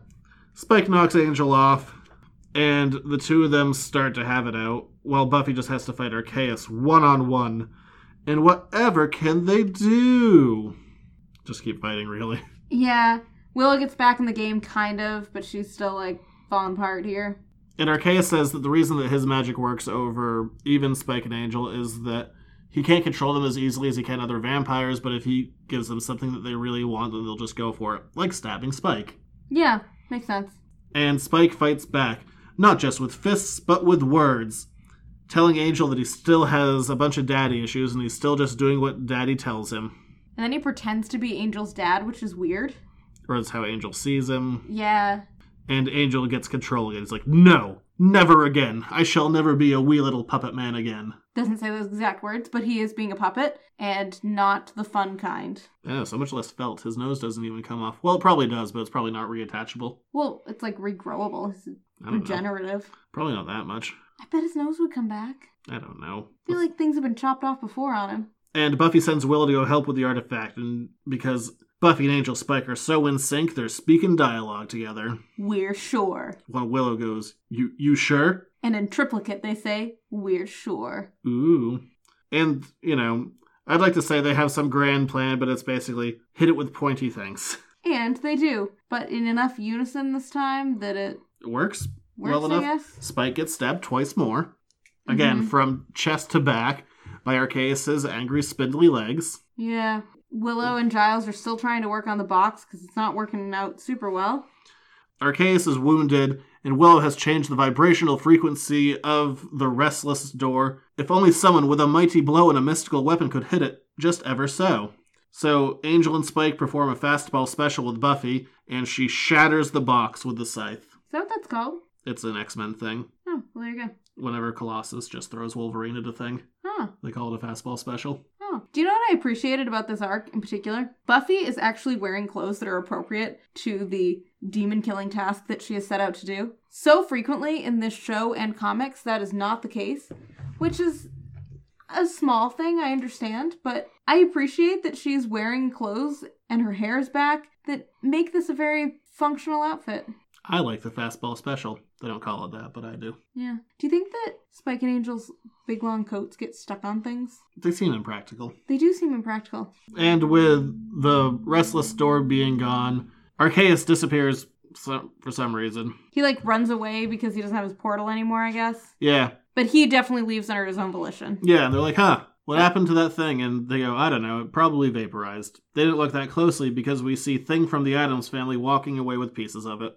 [SPEAKER 3] Spike knocks Angel off, and the two of them start to have it out, while Buffy just has to fight Arceus one on one. And whatever can they do? Just keep fighting, really.
[SPEAKER 4] Yeah. Willow gets back in the game, kind of, but she's still like falling apart here.
[SPEAKER 3] And Arceus says that the reason that his magic works over even Spike and Angel is that he can't control them as easily as he can other vampires, but if he gives them something that they really want, then they'll just go for it, like stabbing Spike.
[SPEAKER 4] Yeah, makes sense.
[SPEAKER 3] And Spike fights back, not just with fists, but with words, telling Angel that he still has a bunch of daddy issues and he's still just doing what daddy tells him.
[SPEAKER 4] And then he pretends to be Angel's dad, which is weird.
[SPEAKER 3] Or that's how Angel sees him.
[SPEAKER 4] Yeah.
[SPEAKER 3] And Angel gets control again. He's like, No, never again. I shall never be a wee little puppet man again.
[SPEAKER 4] Doesn't say those exact words, but he is being a puppet and not the fun kind.
[SPEAKER 3] Yeah, so much less felt. His nose doesn't even come off. Well, it probably does, but it's probably not reattachable.
[SPEAKER 4] Well, it's like regrowable. It's
[SPEAKER 3] I don't know.
[SPEAKER 4] regenerative.
[SPEAKER 3] Probably not that much.
[SPEAKER 4] I bet his nose would come back.
[SPEAKER 3] I don't know.
[SPEAKER 4] I feel like things have been chopped off before on him.
[SPEAKER 3] And Buffy sends Willow to go help with the artifact, and because Buffy and Angel Spike are so in sync, they're speaking dialogue together.
[SPEAKER 4] We're sure.
[SPEAKER 3] While Willow goes, "You you sure?"
[SPEAKER 4] And in triplicate, they say, We're sure.
[SPEAKER 3] Ooh. And you know, I'd like to say they have some grand plan, but it's basically hit it with pointy things.
[SPEAKER 4] And they do, but in enough unison this time that it
[SPEAKER 3] It works
[SPEAKER 4] works,
[SPEAKER 3] well enough.
[SPEAKER 4] I guess. Mm-hmm.
[SPEAKER 3] Spike gets stabbed twice more, again from chest to back by Arceus's angry spindly legs.
[SPEAKER 4] Yeah. Willow and Giles are still trying to work on the box because it's not working out super well.
[SPEAKER 3] Arceus is wounded, and Willow has changed the vibrational frequency of the restless door. If only someone with a mighty blow and a mystical weapon could hit it, just ever so. So, Angel and Spike perform a fastball special with Buffy, and she shatters the box with the scythe.
[SPEAKER 4] Is that what that's called?
[SPEAKER 3] It's an X Men thing.
[SPEAKER 4] Oh, well, there you go.
[SPEAKER 3] Whenever Colossus just throws Wolverine at a thing,
[SPEAKER 4] Huh.
[SPEAKER 3] they call it a fastball special.
[SPEAKER 4] Oh. Do you know what I appreciated about this arc in particular? Buffy is actually wearing clothes that are appropriate to the demon killing task that she has set out to do. So frequently in this show and comics, that is not the case, which is a small thing, I understand, but I appreciate that she's wearing clothes and her hair is back that make this a very functional outfit.
[SPEAKER 3] I like the fastball special. They don't call it that, but I do.
[SPEAKER 4] Yeah. Do you think that Spike and Angel's big long coats get stuck on things?
[SPEAKER 3] They seem impractical.
[SPEAKER 4] They do seem impractical.
[SPEAKER 3] And with the restless door being gone, Arceus disappears so- for some reason.
[SPEAKER 4] He like runs away because he doesn't have his portal anymore, I guess.
[SPEAKER 3] Yeah,
[SPEAKER 4] But he definitely leaves under his own volition.
[SPEAKER 3] yeah. And they're like, "Huh, what happened to that thing?" And they go, "I don't know. It probably vaporized." They didn't look that closely because we see Thing from the Adams Family walking away with pieces of it.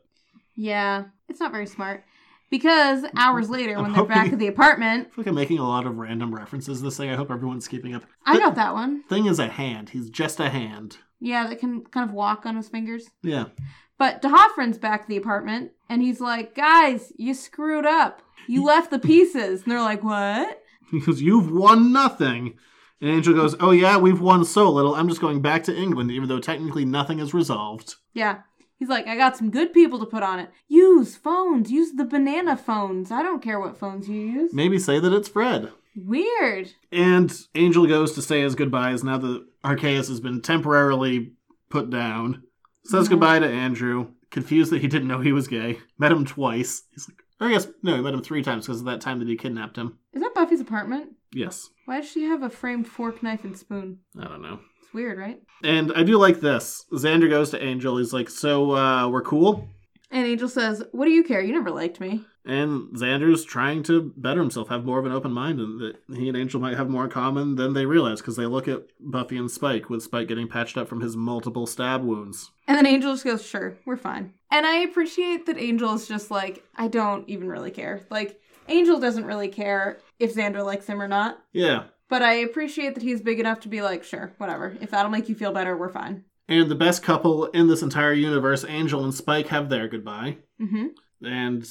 [SPEAKER 4] Yeah, it's not very smart. Because hours later, when
[SPEAKER 3] I'm
[SPEAKER 4] they're back
[SPEAKER 3] hoping-
[SPEAKER 4] at the apartment,
[SPEAKER 3] I feel like I'm making a lot of random references. This thing. I hope everyone's keeping up.
[SPEAKER 4] I
[SPEAKER 3] Thi-
[SPEAKER 4] got that one.
[SPEAKER 3] Thing is a hand. He's just a hand.
[SPEAKER 4] Yeah, that can kind of walk on his fingers.
[SPEAKER 3] Yeah.
[SPEAKER 4] But De Hoffren's back at the apartment, and he's like, "Guys, you screwed up. You left the pieces." And they're like, "What?"
[SPEAKER 3] He goes, You've won nothing. And Angel goes, Oh, yeah, we've won so little. I'm just going back to England, even though technically nothing is resolved.
[SPEAKER 4] Yeah. He's like, "I got some good people to put on it. Use phones. Use the banana phones. I don't care what phones you use."
[SPEAKER 3] Maybe say that it's Fred.
[SPEAKER 4] Weird.
[SPEAKER 3] And Angel goes to say his goodbyes now that Arceus has been temporarily put down. Says goodbye to Andrew, confused that he didn't know he was gay. Met him twice. He's like, or I guess, no, he met him three times because of that time that he kidnapped him.
[SPEAKER 4] Is that Buffy's apartment?
[SPEAKER 3] Yes.
[SPEAKER 4] Why does she have a framed fork, knife, and spoon?
[SPEAKER 3] I don't know.
[SPEAKER 4] It's weird, right?
[SPEAKER 3] And I do like this. Xander goes to Angel. He's like, So, uh, we're cool?
[SPEAKER 4] And Angel says, What do you care? You never liked me.
[SPEAKER 3] And Xander's trying to better himself, have more of an open mind, and that he and Angel might have more in common than they realize because they look at Buffy and Spike, with Spike getting patched up from his multiple stab wounds.
[SPEAKER 4] And then Angel just goes, sure, we're fine. And I appreciate that Angel's just like, I don't even really care. Like, Angel doesn't really care if Xander likes him or not.
[SPEAKER 3] Yeah.
[SPEAKER 4] But I appreciate that he's big enough to be like, sure, whatever. If that'll make you feel better, we're fine.
[SPEAKER 3] And the best couple in this entire universe, Angel and Spike, have their goodbye.
[SPEAKER 4] Mm-hmm.
[SPEAKER 3] and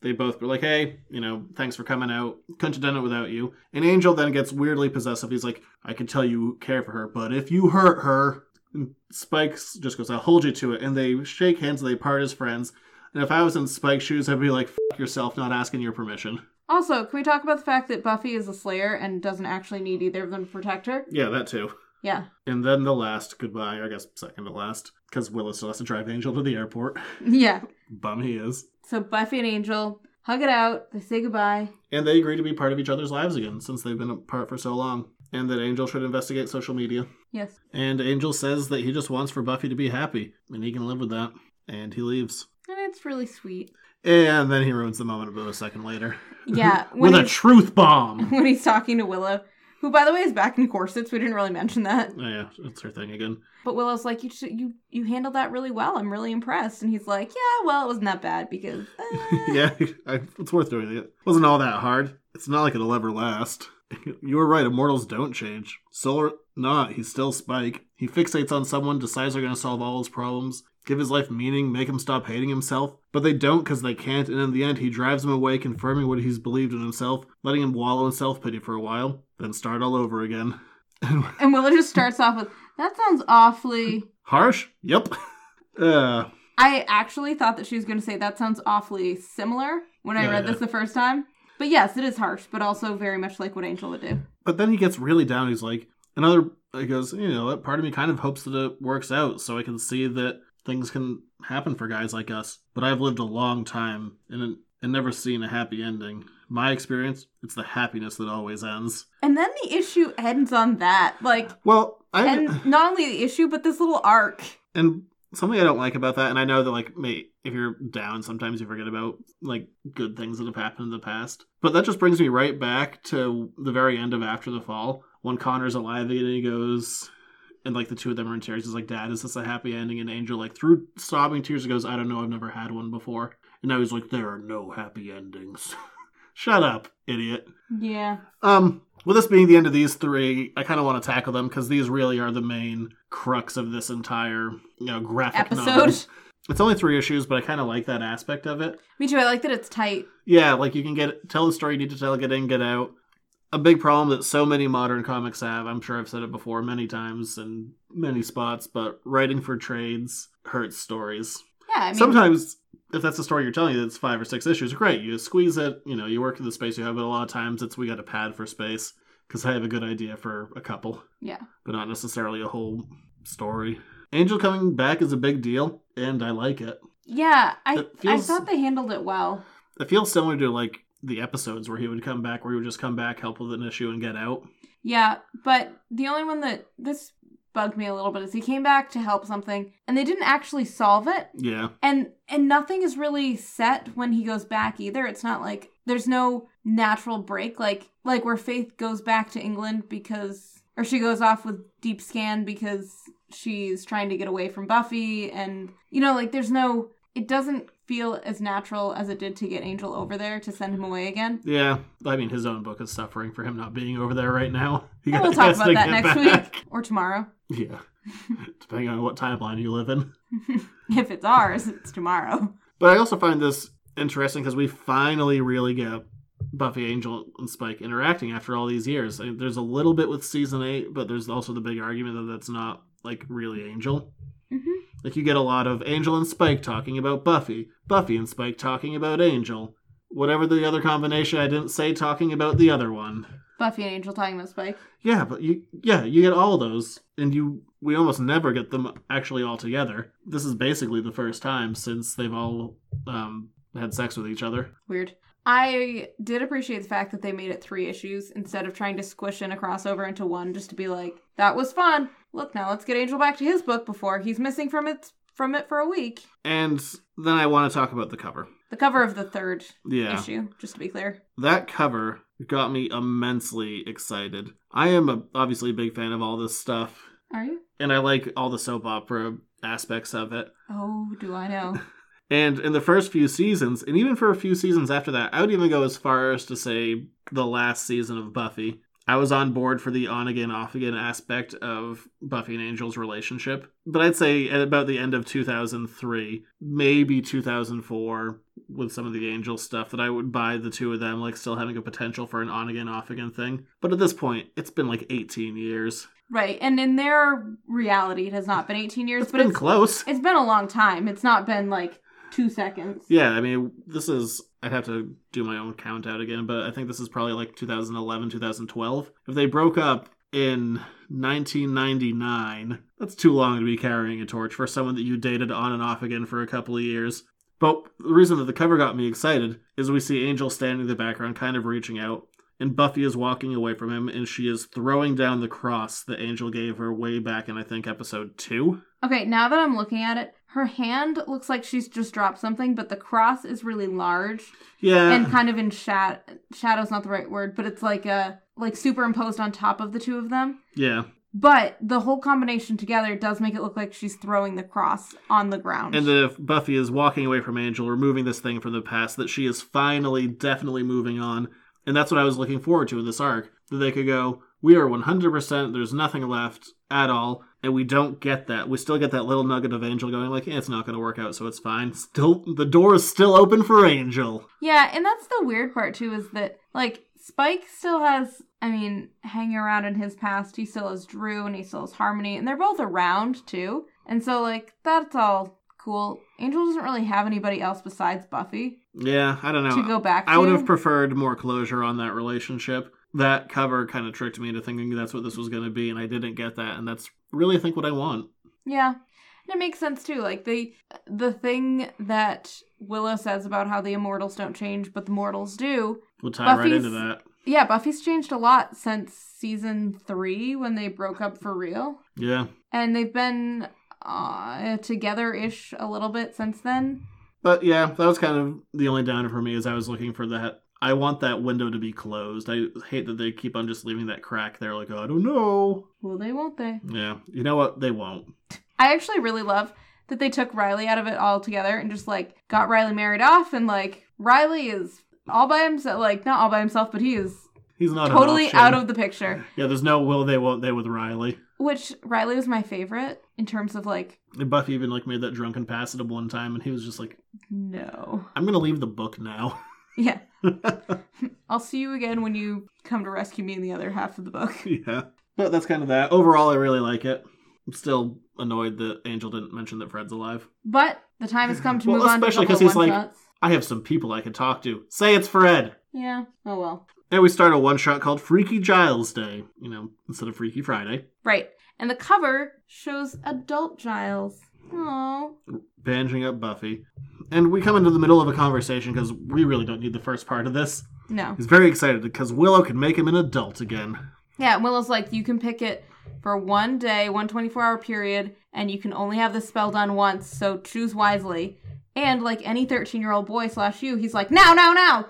[SPEAKER 3] they both were like, "Hey, you know, thanks for coming out. Couldn't have done it without you." And Angel then gets weirdly possessive. He's like, "I can tell you care for her, but if you hurt her," and Spike just goes, "I'll hold you to it." And they shake hands and they part as friends. And if I was in Spike's shoes, I'd be like, "Fuck yourself, not asking your permission."
[SPEAKER 4] Also, can we talk about the fact that Buffy is a slayer and doesn't actually need either of them to protect her?
[SPEAKER 3] Yeah, that too.
[SPEAKER 4] Yeah.
[SPEAKER 3] And then the last goodbye, I guess second to last, because Willis still has to drive Angel to the airport.
[SPEAKER 4] Yeah.
[SPEAKER 3] Bum he is.
[SPEAKER 4] So Buffy and Angel hug it out. They say goodbye.
[SPEAKER 3] And they agree to be part of each other's lives again since they've been apart for so long. And that Angel should investigate social media.
[SPEAKER 4] Yes.
[SPEAKER 3] And Angel says that he just wants for Buffy to be happy, and he can live with that. And he leaves.
[SPEAKER 4] And it's really sweet.
[SPEAKER 3] And then he ruins the moment about a second later
[SPEAKER 4] Yeah.
[SPEAKER 3] with
[SPEAKER 4] When,
[SPEAKER 3] a
[SPEAKER 4] he's,
[SPEAKER 3] truth bomb.
[SPEAKER 4] when he's talking to Willow, who, by the way, is back in corsets. We didn't really mention that.
[SPEAKER 3] Oh, yeah, that's her thing again.
[SPEAKER 4] But Willow's like, you, should- you, you handled that really well. I'm really impressed. And he's like, yeah, well, it wasn't that bad because. uh,
[SPEAKER 3] yeah, I, it's worth doing it. Wasn't all that hard. It's not like it'll ever last. you were right. Immortals don't change. Solar, not. He's still Spike. He fixates on someone, decides they're going to solve all his problems, give his life meaning, make him stop hating himself. But they don't because they can't. And in the end, he drives him away, confirming what he's believed in himself, letting him wallow in self pity for a while, then start all over again.
[SPEAKER 4] And Willow just starts off with, that sounds awfully.
[SPEAKER 3] Harsh. Yep. uh,
[SPEAKER 4] I actually thought that she was going to say, that sounds awfully similar when I
[SPEAKER 3] Yeah,
[SPEAKER 4] read
[SPEAKER 3] yeah.
[SPEAKER 4] this the first time. But yes, it is harsh, but also very much like what Angel would do.
[SPEAKER 3] But then he gets really down. He's like, another, he goes, you know, what? part of me kind of hopes that it works out so I can see that things can happen for guys like us. But I've lived a long time and, and never seen a happy ending. My experience, it's the happiness that always ends.
[SPEAKER 4] And then the issue ends on that. Like,
[SPEAKER 3] Well, I.
[SPEAKER 4] and not only the issue, but this little arc.
[SPEAKER 3] And something I don't like about that, and I know that like, mate, if you're down, sometimes you forget about like good things that have happened in the past. But that just brings me right back to the very end of After the Fall when Connor's alive again and he goes, and like the two of them are in tears. He's like, "Dad, is this a happy ending?" And Angel like through sobbing tears he goes, "I don't know. I've never had one before." And now he's like, "There are no happy endings." Shut up, idiot.
[SPEAKER 4] Yeah.
[SPEAKER 3] Um, with this being the end of these three, I kind of want to tackle them because these really are the main crux of this entire you know graphic
[SPEAKER 4] Episode.
[SPEAKER 3] novel. It's only three issues, but I kind of like that aspect of it.
[SPEAKER 4] Me too. I like that it's tight.
[SPEAKER 3] Yeah, like you can get tell the story you need to tell, get in, get out. A big problem that so many modern comics have, I'm sure I've said it before many times in many spots, but writing for trades hurts stories.
[SPEAKER 4] Yeah. I mean,
[SPEAKER 3] Sometimes, if that's the story you're telling, it's five or six issues. Great, you squeeze it. You know, you work in the space you have. But a lot of times, it's we got a pad for space because I have a good idea for a couple,
[SPEAKER 4] yeah.
[SPEAKER 3] but not necessarily a whole story. Angel coming back is a big deal, and I like it.
[SPEAKER 4] Yeah. I,
[SPEAKER 3] It feels-
[SPEAKER 4] I thought they handled it well.
[SPEAKER 3] It feels similar to like the episodes where he would come back, where he would just come back, help with an issue, and get out.
[SPEAKER 4] Yeah. But the only one that this bugged me a little bit is he came back to help something and they didn't actually solve it.
[SPEAKER 3] Yeah,
[SPEAKER 4] and and nothing is really set when he goes back either it's not like there's no natural break like like where faith goes back to england because or she goes off with deep scan because she's trying to get away from buffy and you know like there's no it doesn't feel as natural as it did to get angel over there to send him away again
[SPEAKER 3] yeah. I mean, his own book is suffering for him not being over there right now. He
[SPEAKER 4] and we'll
[SPEAKER 3] he
[SPEAKER 4] talk
[SPEAKER 3] has
[SPEAKER 4] about
[SPEAKER 3] to
[SPEAKER 4] that
[SPEAKER 3] get
[SPEAKER 4] next
[SPEAKER 3] back.
[SPEAKER 4] week or tomorrow
[SPEAKER 3] Yeah, depending on what timeline you live in.
[SPEAKER 4] if it's ours it's tomorrow
[SPEAKER 3] But I also find this interesting because we finally really get Buffy, Angel, and Spike interacting after all these years. I mean, there's a little bit with season eight, but there's also the big argument that that's not like really Angel.
[SPEAKER 4] Mhm.
[SPEAKER 3] Like you get a lot of Angel and Spike talking about Buffy, Buffy and Spike talking about Angel, whatever the other combination I didn't say talking about the other one.
[SPEAKER 4] buffy and angel talking about spike
[SPEAKER 3] Yeah, but you yeah, you get all those and you we almost never get them actually all together. This is basically the first time since they've all um had sex with each other.
[SPEAKER 4] Weird. I did appreciate the fact that they made it three issues instead of trying to squish in a crossover into one just to be like, that was fun. Look now, let's get Angel back to his book before he's missing from it from it for a week.
[SPEAKER 3] And then I want to talk about the cover.
[SPEAKER 4] The cover of the third
[SPEAKER 3] Yeah.
[SPEAKER 4] issue, just to be clear.
[SPEAKER 3] that cover got me immensely excited. I am a, obviously a big fan of all this stuff,
[SPEAKER 4] Are you?
[SPEAKER 3] and I like all the soap opera aspects of it.
[SPEAKER 4] Oh, do I know?
[SPEAKER 3] And in the first few seasons, and even for a few seasons after that, I would even go as far as to say the last season of Buffy. I was on board for the on again, off again aspect of Buffy and Angel's relationship. But I'd say at about the end of 2003, maybe 2004, with some of the Angel stuff, that I would buy the two of them, like still having a potential for an on again, off again thing. But at this point, it's been like 18 years.
[SPEAKER 4] right. And in their reality, it has not been 18 years,
[SPEAKER 3] It's
[SPEAKER 4] but
[SPEAKER 3] been
[SPEAKER 4] it's,
[SPEAKER 3] close.
[SPEAKER 4] it's been a long time. It's not been like two seconds.
[SPEAKER 3] Yeah, I mean, this is. I'd have to do my own count out again, but I think this is probably like 2011, 2012. If they broke up in 1999, that's too long to be carrying a torch for someone that you dated on and off again for a couple of years. But the reason that the cover got me excited is we see Angel standing in the background, kind of reaching out, and Buffy is walking away from him, and she is throwing down the cross that Angel gave her way back in, I think, episode two.
[SPEAKER 4] Okay, now that I'm looking at it, her hand looks like she's just dropped something, but the cross is really large
[SPEAKER 3] Yeah.
[SPEAKER 4] and kind of in shad- shadow's not the right word, but it's like a like superimposed on top of the two of them.
[SPEAKER 3] yeah.
[SPEAKER 4] But the whole combination together does make it look like she's throwing the cross on the ground.
[SPEAKER 3] And that if Buffy is walking away from Angel, removing this thing from the past, that she is finally, definitely moving on. And that's what I was looking forward to in this arc. That they could go, we are 100%, there's nothing left at all. And we don't get that. We still get that little nugget of Angel going, like, "Eh, it's not going to work out, so it's fine. Still, the door is still open for Angel.
[SPEAKER 4] yeah, and that's the weird part too is that like Spike still has I mean, hanging around in his past, he still has Drew and he still has Harmony, and they're both around too. And so like that's all cool. Angel doesn't really have anybody else besides Buffy
[SPEAKER 3] Yeah, I don't know.
[SPEAKER 4] to go back to.
[SPEAKER 3] I would have preferred more closure on that relationship. That cover kind of tricked me into thinking that's what this was going to be, and I didn't get that. And that's really, I think, what I want.
[SPEAKER 4] Yeah. And it makes sense too. Like the the thing that Willow says about how the immortals don't change but the mortals do.
[SPEAKER 3] We'll tie right
[SPEAKER 4] Buffy's-
[SPEAKER 3] into that.
[SPEAKER 4] Yeah, Buffy's changed a lot since season 3 when they broke up for real.
[SPEAKER 3] Yeah.
[SPEAKER 4] And they've been uh, together ish a little bit since then.
[SPEAKER 3] But yeah, that was kind of the only downer for me is I was looking for that. I want that window to be closed. I hate that they keep on just leaving that crack there. Like, oh, I don't know.
[SPEAKER 4] Will they, won't they?
[SPEAKER 3] Yeah, you know what? They won't.
[SPEAKER 4] I actually really love that they took Riley out of it altogether and just like got Riley married off. And like Riley is all by himself, like not all by himself, but he is
[SPEAKER 3] He's not an
[SPEAKER 4] totally
[SPEAKER 3] option.
[SPEAKER 4] out of the picture.
[SPEAKER 3] Yeah, there's no will they won't they with Riley.
[SPEAKER 4] Which Riley was my favorite in terms of like,
[SPEAKER 3] And Buffy even like made that drunken pass at him one time, and he was just like,
[SPEAKER 4] no.
[SPEAKER 3] "I'm gonna leave the book now."
[SPEAKER 4] Yeah. I'll see you again when you come to rescue me in the other half of the book.
[SPEAKER 3] yeah, but that's kind of that. Overall, I really like it. I'm still annoyed that Angel didn't mention that Fred's alive.
[SPEAKER 4] But the time has come to
[SPEAKER 3] Well,
[SPEAKER 4] move on to
[SPEAKER 3] especially
[SPEAKER 4] the whole
[SPEAKER 3] 'cause he's
[SPEAKER 4] one
[SPEAKER 3] like-
[SPEAKER 4] shots.
[SPEAKER 3] I have some people I could talk to. Say it's Fred.
[SPEAKER 4] Yeah. Oh well.
[SPEAKER 3] And we start a one shot called Freaky Giles Day, you know, instead of Freaky Friday.
[SPEAKER 4] Right. And the cover shows adult Giles. Oh.
[SPEAKER 3] Banjing up Buffy. And we come into the middle of a conversation because we really don't need the first part of this.
[SPEAKER 4] No.
[SPEAKER 3] He's very excited because Willow can make him an adult again.
[SPEAKER 4] Yeah, and Willow's like, you can pick it for one day, one 24 hour period, and you can only have the spell done once, so choose wisely. And like any 13 year old boy slash you, he's like, now, now, now!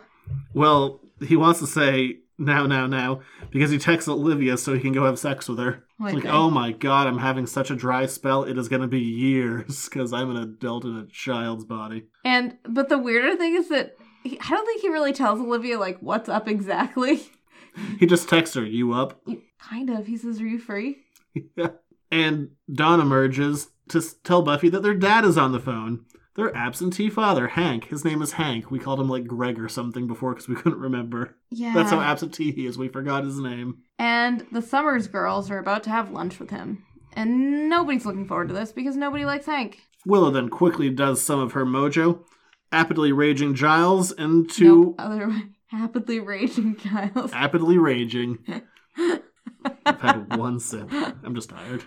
[SPEAKER 3] Well, he wants to say now, now, now because he texts Olivia so he can go have sex with her. It's like,
[SPEAKER 4] Okay.
[SPEAKER 3] oh my god, I'm having such a dry spell. It is going to be years because I'm an adult in a child's body.
[SPEAKER 4] And, but the weirder thing is that he, I don't think he really tells Olivia, like, what's up exactly.
[SPEAKER 3] He just texts her, you up?
[SPEAKER 4] kind of. He says, are you free?
[SPEAKER 3] and Dawn emerges to s- tell Buffy that their dad is on the phone. Their absentee father, Hank. His name is Hank. We called him like Greg or something before because we couldn't remember.
[SPEAKER 4] Yeah.
[SPEAKER 3] That's how absentee he is. We forgot his name.
[SPEAKER 4] And the Summers girls are about to have lunch with him. And nobody's looking forward to this because nobody likes Hank.
[SPEAKER 3] Willow then quickly does some of her mojo, apidly raging Giles into
[SPEAKER 4] Nope, other way. Rapidly raging Giles.
[SPEAKER 3] apidly raging. I've had one sip. I'm just tired.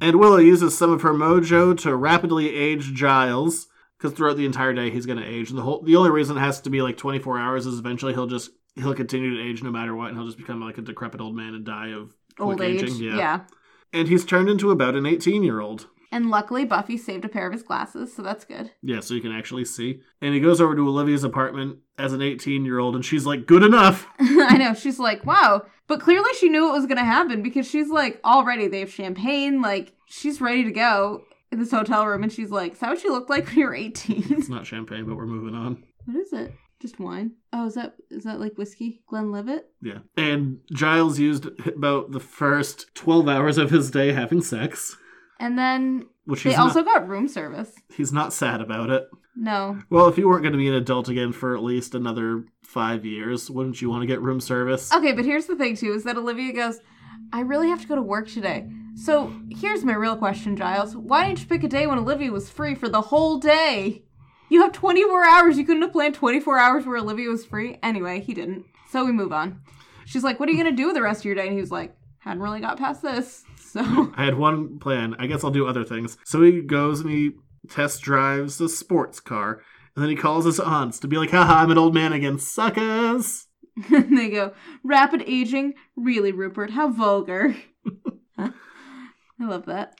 [SPEAKER 3] And Willow uses some of her mojo to rapidly age Giles because throughout the entire day he's going to age. And the whole the only reason it has to be like 24 hours is eventually he'll just he'll continue to age no matter what, and he'll just become like a decrepit old man and die of quick
[SPEAKER 4] Old age.
[SPEAKER 3] aging.
[SPEAKER 4] yeah.
[SPEAKER 3] And he's turned into about an 18 year old.
[SPEAKER 4] And luckily, Buffy saved a pair of his glasses, so that's good.
[SPEAKER 3] Yeah, so you can actually see. And he goes over to Olivia's apartment as an 18 year old, and she's like, good enough.
[SPEAKER 4] I know, she's like, wow. But clearly, she knew what was going to happen because she's like, already, they have champagne. Like, she's ready to go in this hotel room. And she's like, is that what you looked like when you were 18?
[SPEAKER 3] It's not champagne, but we're moving on.
[SPEAKER 4] what is it? Just wine. Oh, is that is that like whiskey? Glenlivet?
[SPEAKER 3] Yeah. And Giles used about the first 12 hours of his day having sex,
[SPEAKER 4] And then
[SPEAKER 3] which
[SPEAKER 4] they
[SPEAKER 3] he's,
[SPEAKER 4] also
[SPEAKER 3] not,
[SPEAKER 4] got room service.
[SPEAKER 3] he's not sad about it.
[SPEAKER 4] No.
[SPEAKER 3] Well, if you weren't going to be an adult again for at least another five years, wouldn't you want to get room service?
[SPEAKER 4] Okay, but here's the thing too is that Olivia goes, I really have to go to work today. So here's my real question, Giles. Why didn't you pick a day when Olivia was free for the whole day? You have 24 hours. You couldn't have planned 24 hours where Olivia was free. Anyway, he didn't. So we move on. She's like, What are you going to do the rest of your day? And he was like, Hadn't really got past this. So
[SPEAKER 3] I had one plan. I guess I'll do other things. So he goes and he test drives a sports car, and then he calls his aunts to be like, haha, I'm an old man again, suckers.
[SPEAKER 4] they go, Rapid aging? Really, Rupert? How vulgar. I love that.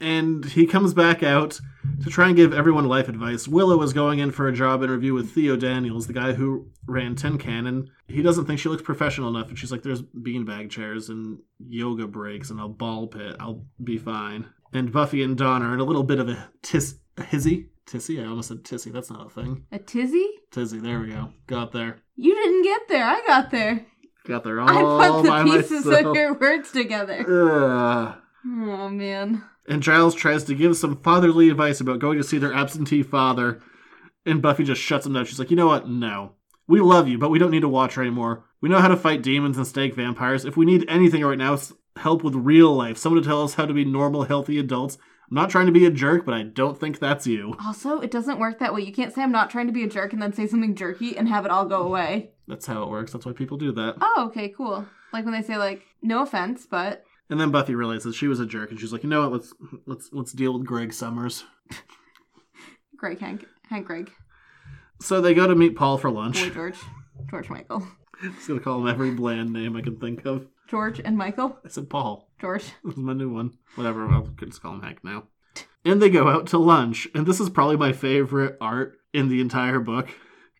[SPEAKER 3] And he comes back out to try and give everyone life advice. Willow is going in for a job interview with Theo Daniels, the guy who ran Tin Can, and he doesn't think she looks professional enough. And she's like, there's beanbag chairs and yoga breaks and a ball pit. I'll be fine. And Buffy and Don are in a little bit of a, tis- a hizzy. Tizzy? I almost said tizzy. That's not a thing.
[SPEAKER 4] A tizzy?
[SPEAKER 3] Tizzy, there we go. Got there.
[SPEAKER 4] You didn't get there. I got there.
[SPEAKER 3] Got there
[SPEAKER 4] I
[SPEAKER 3] all
[SPEAKER 4] put the
[SPEAKER 3] by
[SPEAKER 4] pieces
[SPEAKER 3] myself.
[SPEAKER 4] of your words together.
[SPEAKER 3] Ugh.
[SPEAKER 4] Oh man.
[SPEAKER 3] And Giles tries to give some fatherly advice about going to see their absentee father, and Buffy just shuts him down. She's like, you know what? No. We love you, but we don't need to watch her anymore. We know how to fight demons and snake vampires. If we need anything right now, it's help with real life. Someone to tell us how to be normal, healthy adults. I'm not trying to be a jerk, but I don't think that's you.
[SPEAKER 4] Also, it doesn't work that way. You can't say I'm not trying to be a jerk and then say something jerky and have it all go away.
[SPEAKER 3] That's how it works. That's why people do that.
[SPEAKER 4] Oh, okay, cool. Like when they say like, no offense, but
[SPEAKER 3] And then Buffy realizes she was a jerk, and she's like, you know what? Let's let's let's deal with Greg Summers.
[SPEAKER 4] Greg Hank Hank Greg.
[SPEAKER 3] So they go to meet Paul for lunch.
[SPEAKER 4] Boy George. George Michael.
[SPEAKER 3] Just gonna call him every bland name I can think of.
[SPEAKER 4] George and Michael.
[SPEAKER 3] I said Paul.
[SPEAKER 4] George.
[SPEAKER 3] That's my new one. Whatever, I'll just call him Hank now. And they go out to lunch, and this is probably my favorite art in the entire book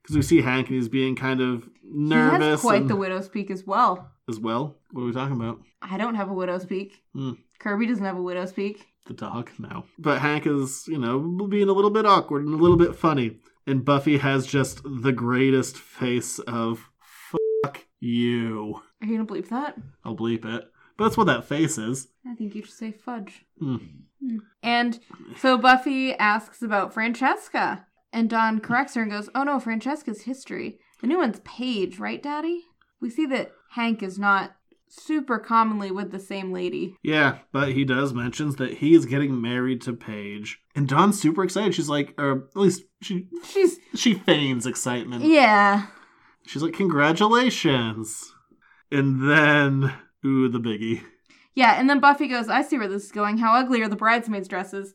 [SPEAKER 3] because we see Hank and he's being kind of nervous
[SPEAKER 4] He has quite
[SPEAKER 3] and-
[SPEAKER 4] the widow's peak as well.
[SPEAKER 3] as well. What are we talking about?
[SPEAKER 4] I don't have a widow's peak.
[SPEAKER 3] Hmm.
[SPEAKER 4] Kirby doesn't have a widow's peak.
[SPEAKER 3] The dog? No. But Hank is, you know, being a little bit awkward and a little bit funny. And Buffy has just the greatest face of fuck you.
[SPEAKER 4] Are you gonna believe that?
[SPEAKER 3] I'll bleep it. But that's what that face is.
[SPEAKER 4] I think you should say fudge.
[SPEAKER 3] Hmm.
[SPEAKER 4] And so Buffy asks about Francesca. And Don corrects her and goes, Oh no, Francesca's history. The new one's Paige, right, Daddy? We see that Hank is not super commonly with the same lady.
[SPEAKER 3] Yeah, but he does mentions that he is getting married to Paige, and Dawn's super excited. She's like, or at least she
[SPEAKER 4] She's,
[SPEAKER 3] she feigns excitement.
[SPEAKER 4] yeah.
[SPEAKER 3] She's like, congratulations, and then ooh, the biggie.
[SPEAKER 4] Yeah, and then Buffy goes, I see where this is going. How ugly are the bridesmaids' dresses?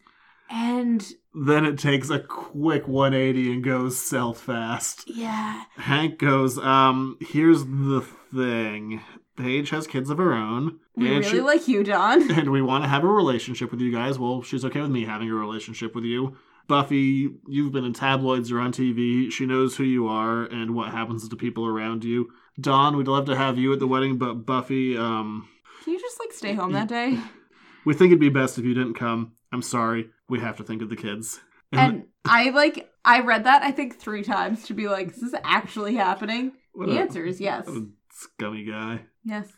[SPEAKER 4] And
[SPEAKER 3] Then it takes a quick 180 and goes south fast.
[SPEAKER 4] yeah,
[SPEAKER 3] Hank goes, um, here's the thing. Paige has kids of her own.
[SPEAKER 4] we
[SPEAKER 3] and
[SPEAKER 4] really
[SPEAKER 3] she-
[SPEAKER 4] like you, Don.
[SPEAKER 3] and we want to have a relationship with you guys. Well, she's okay with me having a relationship with you. Buffy, you've been in tabloids, you're on TV. She knows who you are and what happens to people around you. Dawn, we'd love to have you at the wedding, but Buffy, um,
[SPEAKER 4] Can you just like stay home that day?
[SPEAKER 3] we think it'd be best if you didn't come. I'm sorry. We have to think of the kids.
[SPEAKER 4] And I like, I read that I think three times to be like, is this actually happening?
[SPEAKER 3] What
[SPEAKER 4] the
[SPEAKER 3] a-
[SPEAKER 4] answer is yes.
[SPEAKER 3] what a scummy guy.
[SPEAKER 4] Yes.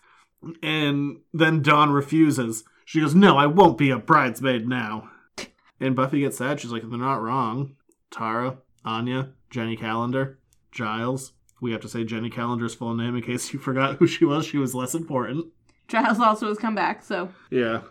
[SPEAKER 3] And then Dawn refuses. She goes, No, I won't be a bridesmaid now. And Buffy gets sad. She's like, They're not wrong. Tara, Anya, Jenny Calendar, Giles. We have to say Jenny Calendar's full name in case you forgot who she was. She was less important.
[SPEAKER 4] Giles also has come back, so.
[SPEAKER 3] Yeah.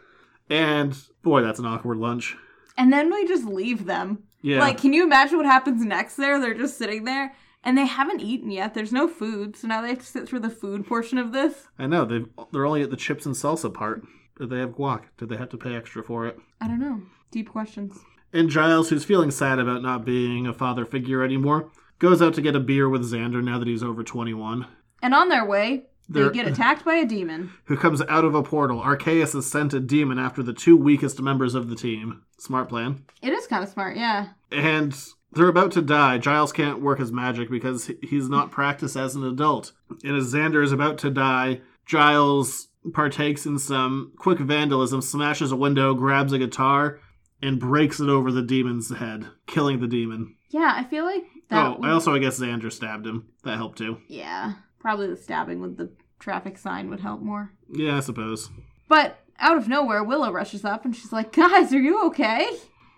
[SPEAKER 3] And boy, that's an awkward lunch.
[SPEAKER 4] And then we just leave them.
[SPEAKER 3] Yeah.
[SPEAKER 4] Like, can you imagine what happens next there? They're just sitting there and they haven't eaten yet. There's no food, so now they have to sit through the food portion of this.
[SPEAKER 3] I know. They've, they're only at the chips and salsa part. Did they have guac? Did they have to pay extra for it?
[SPEAKER 4] I don't know. Deep questions.
[SPEAKER 3] And Giles, who's feeling sad about not being a father figure anymore, goes out to get a beer with Xander now that he's over 21.
[SPEAKER 4] And on their way, They
[SPEAKER 3] They're-
[SPEAKER 4] get attacked by a demon.
[SPEAKER 3] who comes out of a portal. Arceus has sent a demon after the two weakest members of the team. Smart plan.
[SPEAKER 4] It is kind of smart, yeah.
[SPEAKER 3] And they're about to die. Giles can't work his magic because he- he's not practiced as an adult. And as Xander is about to die, Giles partakes in some quick vandalism, smashes a window, grabs a guitar, and breaks it over the demon's head, killing the demon.
[SPEAKER 4] Yeah, I feel like that.
[SPEAKER 3] oh,
[SPEAKER 4] would-
[SPEAKER 3] I also I guess Xander stabbed him. That helped too.
[SPEAKER 4] Yeah, probably the stabbing with the traffic sign would help more.
[SPEAKER 3] Yeah, I suppose.
[SPEAKER 4] But out of nowhere, Willow rushes up and she's like, "Guys, are you okay?"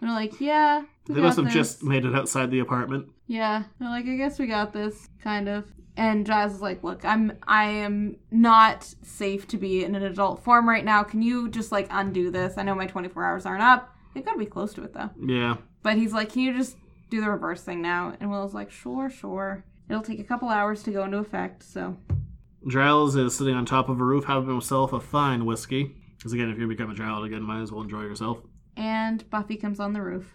[SPEAKER 4] And they're like, "Yeah." we
[SPEAKER 3] They
[SPEAKER 4] got
[SPEAKER 3] must have
[SPEAKER 4] this."
[SPEAKER 3] just made it outside the apartment.
[SPEAKER 4] Yeah, they're like, "I guess we got this," kind of. And Giles is like, "Look, I'm I am not safe to be in an adult form right now. Can you just like undo this? I know my 24 hours aren't up. They've got to be close to it though."
[SPEAKER 3] Yeah.
[SPEAKER 4] But he's like, can you just do the reverse thing now? And Willow's like, sure, sure. It'll take a couple hours to go into effect, so.
[SPEAKER 3] Giles is sitting on top of a roof having himself a fine whiskey. Because again, if you become a child again, might as well enjoy yourself.
[SPEAKER 4] And Buffy comes on the roof.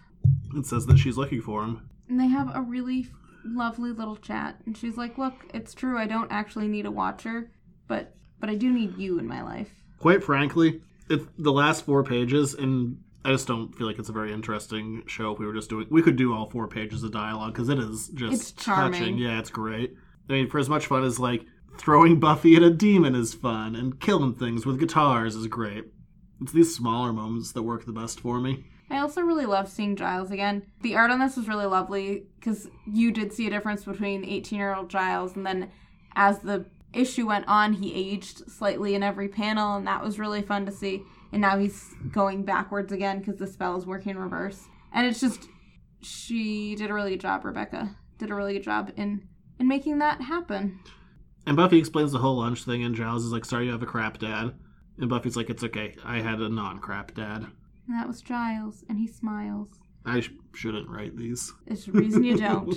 [SPEAKER 3] It says that she's looking for him.
[SPEAKER 4] And they have a really f- lovely little chat. And she's like, look, it's true, I don't actually need a watcher, but but I do need you in my life.
[SPEAKER 3] Quite frankly, it, the last four pages, and I just don't feel like it's a very interesting show. If we were just doing, we could do all four pages of dialogue because it is just
[SPEAKER 4] It's charming.
[SPEAKER 3] touching. Yeah, it's great. I mean, for as much fun as like throwing Buffy at a demon is fun, and killing things with guitars is great. It's these smaller moments that work the best for me.
[SPEAKER 4] I also really love seeing Giles again. The art on this was really lovely because you did see a difference between 18 year old Giles and then as the issue went on, he aged slightly in every panel, and that was really fun to see. And now he's going backwards again because the spell is working in reverse. And it's just, she did a really good job, Rebecca. Did a really good job in in making that happen.
[SPEAKER 3] And Buffy explains the whole lunch thing, and Giles is like, "Sorry, you have a crap dad." And Buffy's like, "It's okay. I had a non-crap dad.
[SPEAKER 4] And that was Giles, and he smiles.
[SPEAKER 3] I sh- shouldn't write these."
[SPEAKER 4] It's the reason you don't.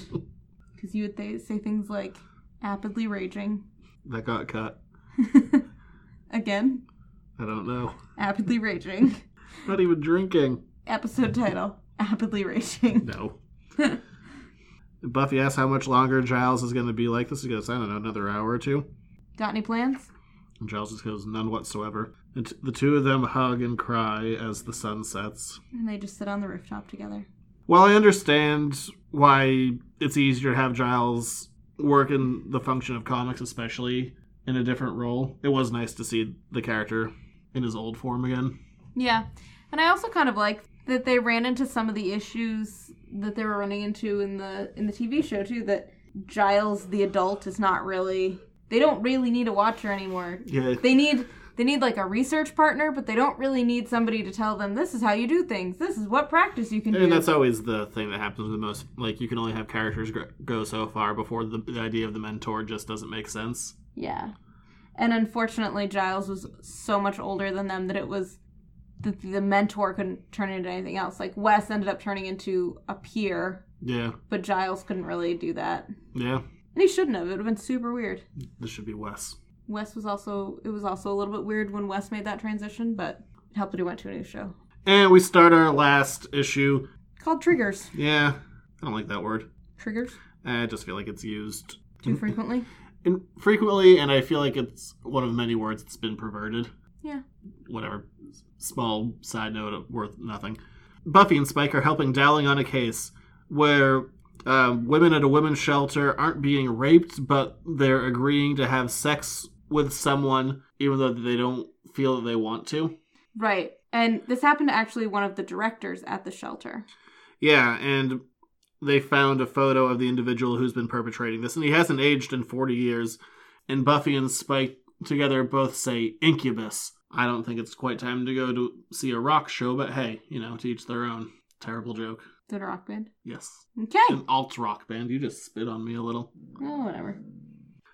[SPEAKER 4] Because you would th- say things like, apidly raging.
[SPEAKER 3] That got cut.
[SPEAKER 4] Again,
[SPEAKER 3] I don't know.
[SPEAKER 4] Apidly Raging.
[SPEAKER 3] Not even drinking.
[SPEAKER 4] Episode title Apidly Raging.
[SPEAKER 3] No. Buffy asks how much longer Giles is going to be like this. He goes, "I don't know, another hour or two.
[SPEAKER 4] Got any plans?
[SPEAKER 3] And Giles just goes, "None whatsoever." And t- the two of them hug and cry as the sun sets.
[SPEAKER 4] And they just sit on the rooftop together.
[SPEAKER 3] While I understand why it's easier to have Giles work in the function of comics, especially in a different role, it was nice to see the character in his old form again.
[SPEAKER 4] Yeah. And I also kind of like that they ran into some of the issues that they were running into in the in the TV show too that Giles the adult is not really they don't really need a watcher anymore.
[SPEAKER 3] Yeah,
[SPEAKER 4] They need they need like a research partner, but they don't really need somebody to tell them this is how you do things. This is what practice you can do.
[SPEAKER 3] and that's always the thing that happens the most. Like you can only have characters gr- go so far before the, the idea of the mentor just doesn't make sense.
[SPEAKER 4] Yeah. And unfortunately, Giles was so much older than them that it was that the mentor couldn't turn into anything else. Like Wes ended up turning into a peer,
[SPEAKER 3] Yeah,
[SPEAKER 4] but Giles couldn't really do that, and
[SPEAKER 3] yeah.
[SPEAKER 4] he shouldn't have. It would have been super weird.
[SPEAKER 3] This should be Wes.
[SPEAKER 4] Wes was also it was also a little bit weird when Wes made that transition, but it helped that he went to a new show
[SPEAKER 3] And we start our last issue.
[SPEAKER 4] called Triggers.
[SPEAKER 3] Yeah, I don't like that word.
[SPEAKER 4] Triggers
[SPEAKER 3] I just feel like it's used
[SPEAKER 4] too frequently.
[SPEAKER 3] in, frequently, and I feel like it's one of many words that's been perverted.
[SPEAKER 4] Yeah.
[SPEAKER 3] Whatever. S- Small side note worth nothing. Buffy and Spike are helping Dowling on a case where um, women at a women's shelter aren't being raped, but they're agreeing to have sex with someone even though they don't feel that they want to.
[SPEAKER 4] Right. And this happened to actually one of the directors at the shelter.
[SPEAKER 3] Yeah, and they found a photo of the individual who's been perpetrating this, and he hasn't aged in 40 years. And Buffy and Spike together both say incubus. I don't think it's quite time to go to see a rock show, but hey, you know, to each their own. Terrible joke.
[SPEAKER 4] Did a rock band.
[SPEAKER 3] Yes.
[SPEAKER 4] Okay.
[SPEAKER 3] An alt rock band. You just spit on me a little.
[SPEAKER 4] Oh, whatever.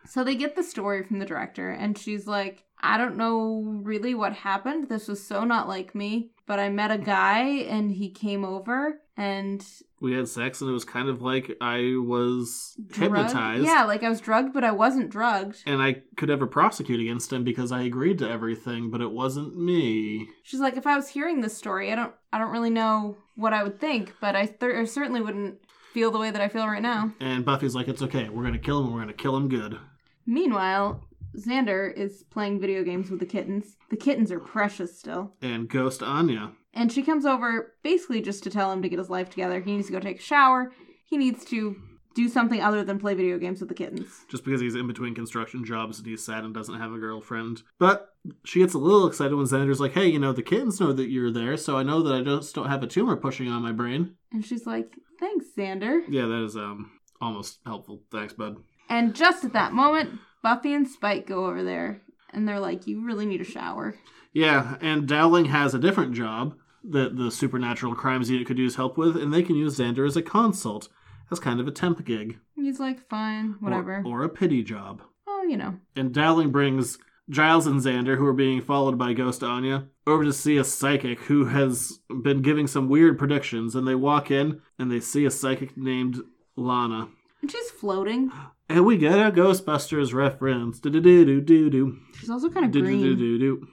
[SPEAKER 4] So they get the story from the director, and she's like, I don't know really what happened. This was so not like me, but I met a guy and he came over and
[SPEAKER 3] We had sex, and it was kind of like I was
[SPEAKER 4] drugged-
[SPEAKER 3] hypnotized.
[SPEAKER 4] Yeah, like I was drugged, but I wasn't drugged.
[SPEAKER 3] And I could ever prosecute against him because I agreed to everything, but it wasn't me.
[SPEAKER 4] She's like, if I was hearing this story, I don't, I don't really know what I would think, but I, th- I certainly wouldn't feel the way that I feel right now.
[SPEAKER 3] And Buffy's like, it's okay. We're going to kill him. We're going to kill him good.
[SPEAKER 4] Meanwhile, Xander is playing video games with the kittens. The kittens are precious still.
[SPEAKER 3] and Ghost Anya.
[SPEAKER 4] And she comes over basically just to tell him to get his life together. He needs to go take a shower. He needs to do something other than play video games with the kittens.
[SPEAKER 3] Just because he's in between construction jobs and he's sad and doesn't have a girlfriend. But she gets a little excited when Xander's like, hey, you know, the kittens know that you're there, so I know that I just don't have a tumor pushing on my brain.
[SPEAKER 4] And she's like, Thanks, Xander.
[SPEAKER 3] Yeah, that is um almost helpful. Thanks, bud.
[SPEAKER 4] And just at that moment, Buffy and Spike go over there and they're like, You really need a shower.
[SPEAKER 3] Yeah, and Dowling has a different job that the supernatural crimes unit could use help with, and they can use Xander as a consult, as kind of a temp gig.
[SPEAKER 4] And he's like, Fine,
[SPEAKER 3] or-
[SPEAKER 4] whatever.
[SPEAKER 3] Or, a pity job.
[SPEAKER 4] Oh, you know.
[SPEAKER 3] And Dowling brings Giles and Xander, who are being followed by Ghost Anya, over to see a psychic who has been giving some weird predictions, and they walk in and they see a psychic named Lana.
[SPEAKER 4] And she's floating.
[SPEAKER 3] And we get a Ghostbusters reference. Do do do do do do.
[SPEAKER 4] She's also kind of
[SPEAKER 3] Do, do, do,
[SPEAKER 4] green.
[SPEAKER 3] do, do.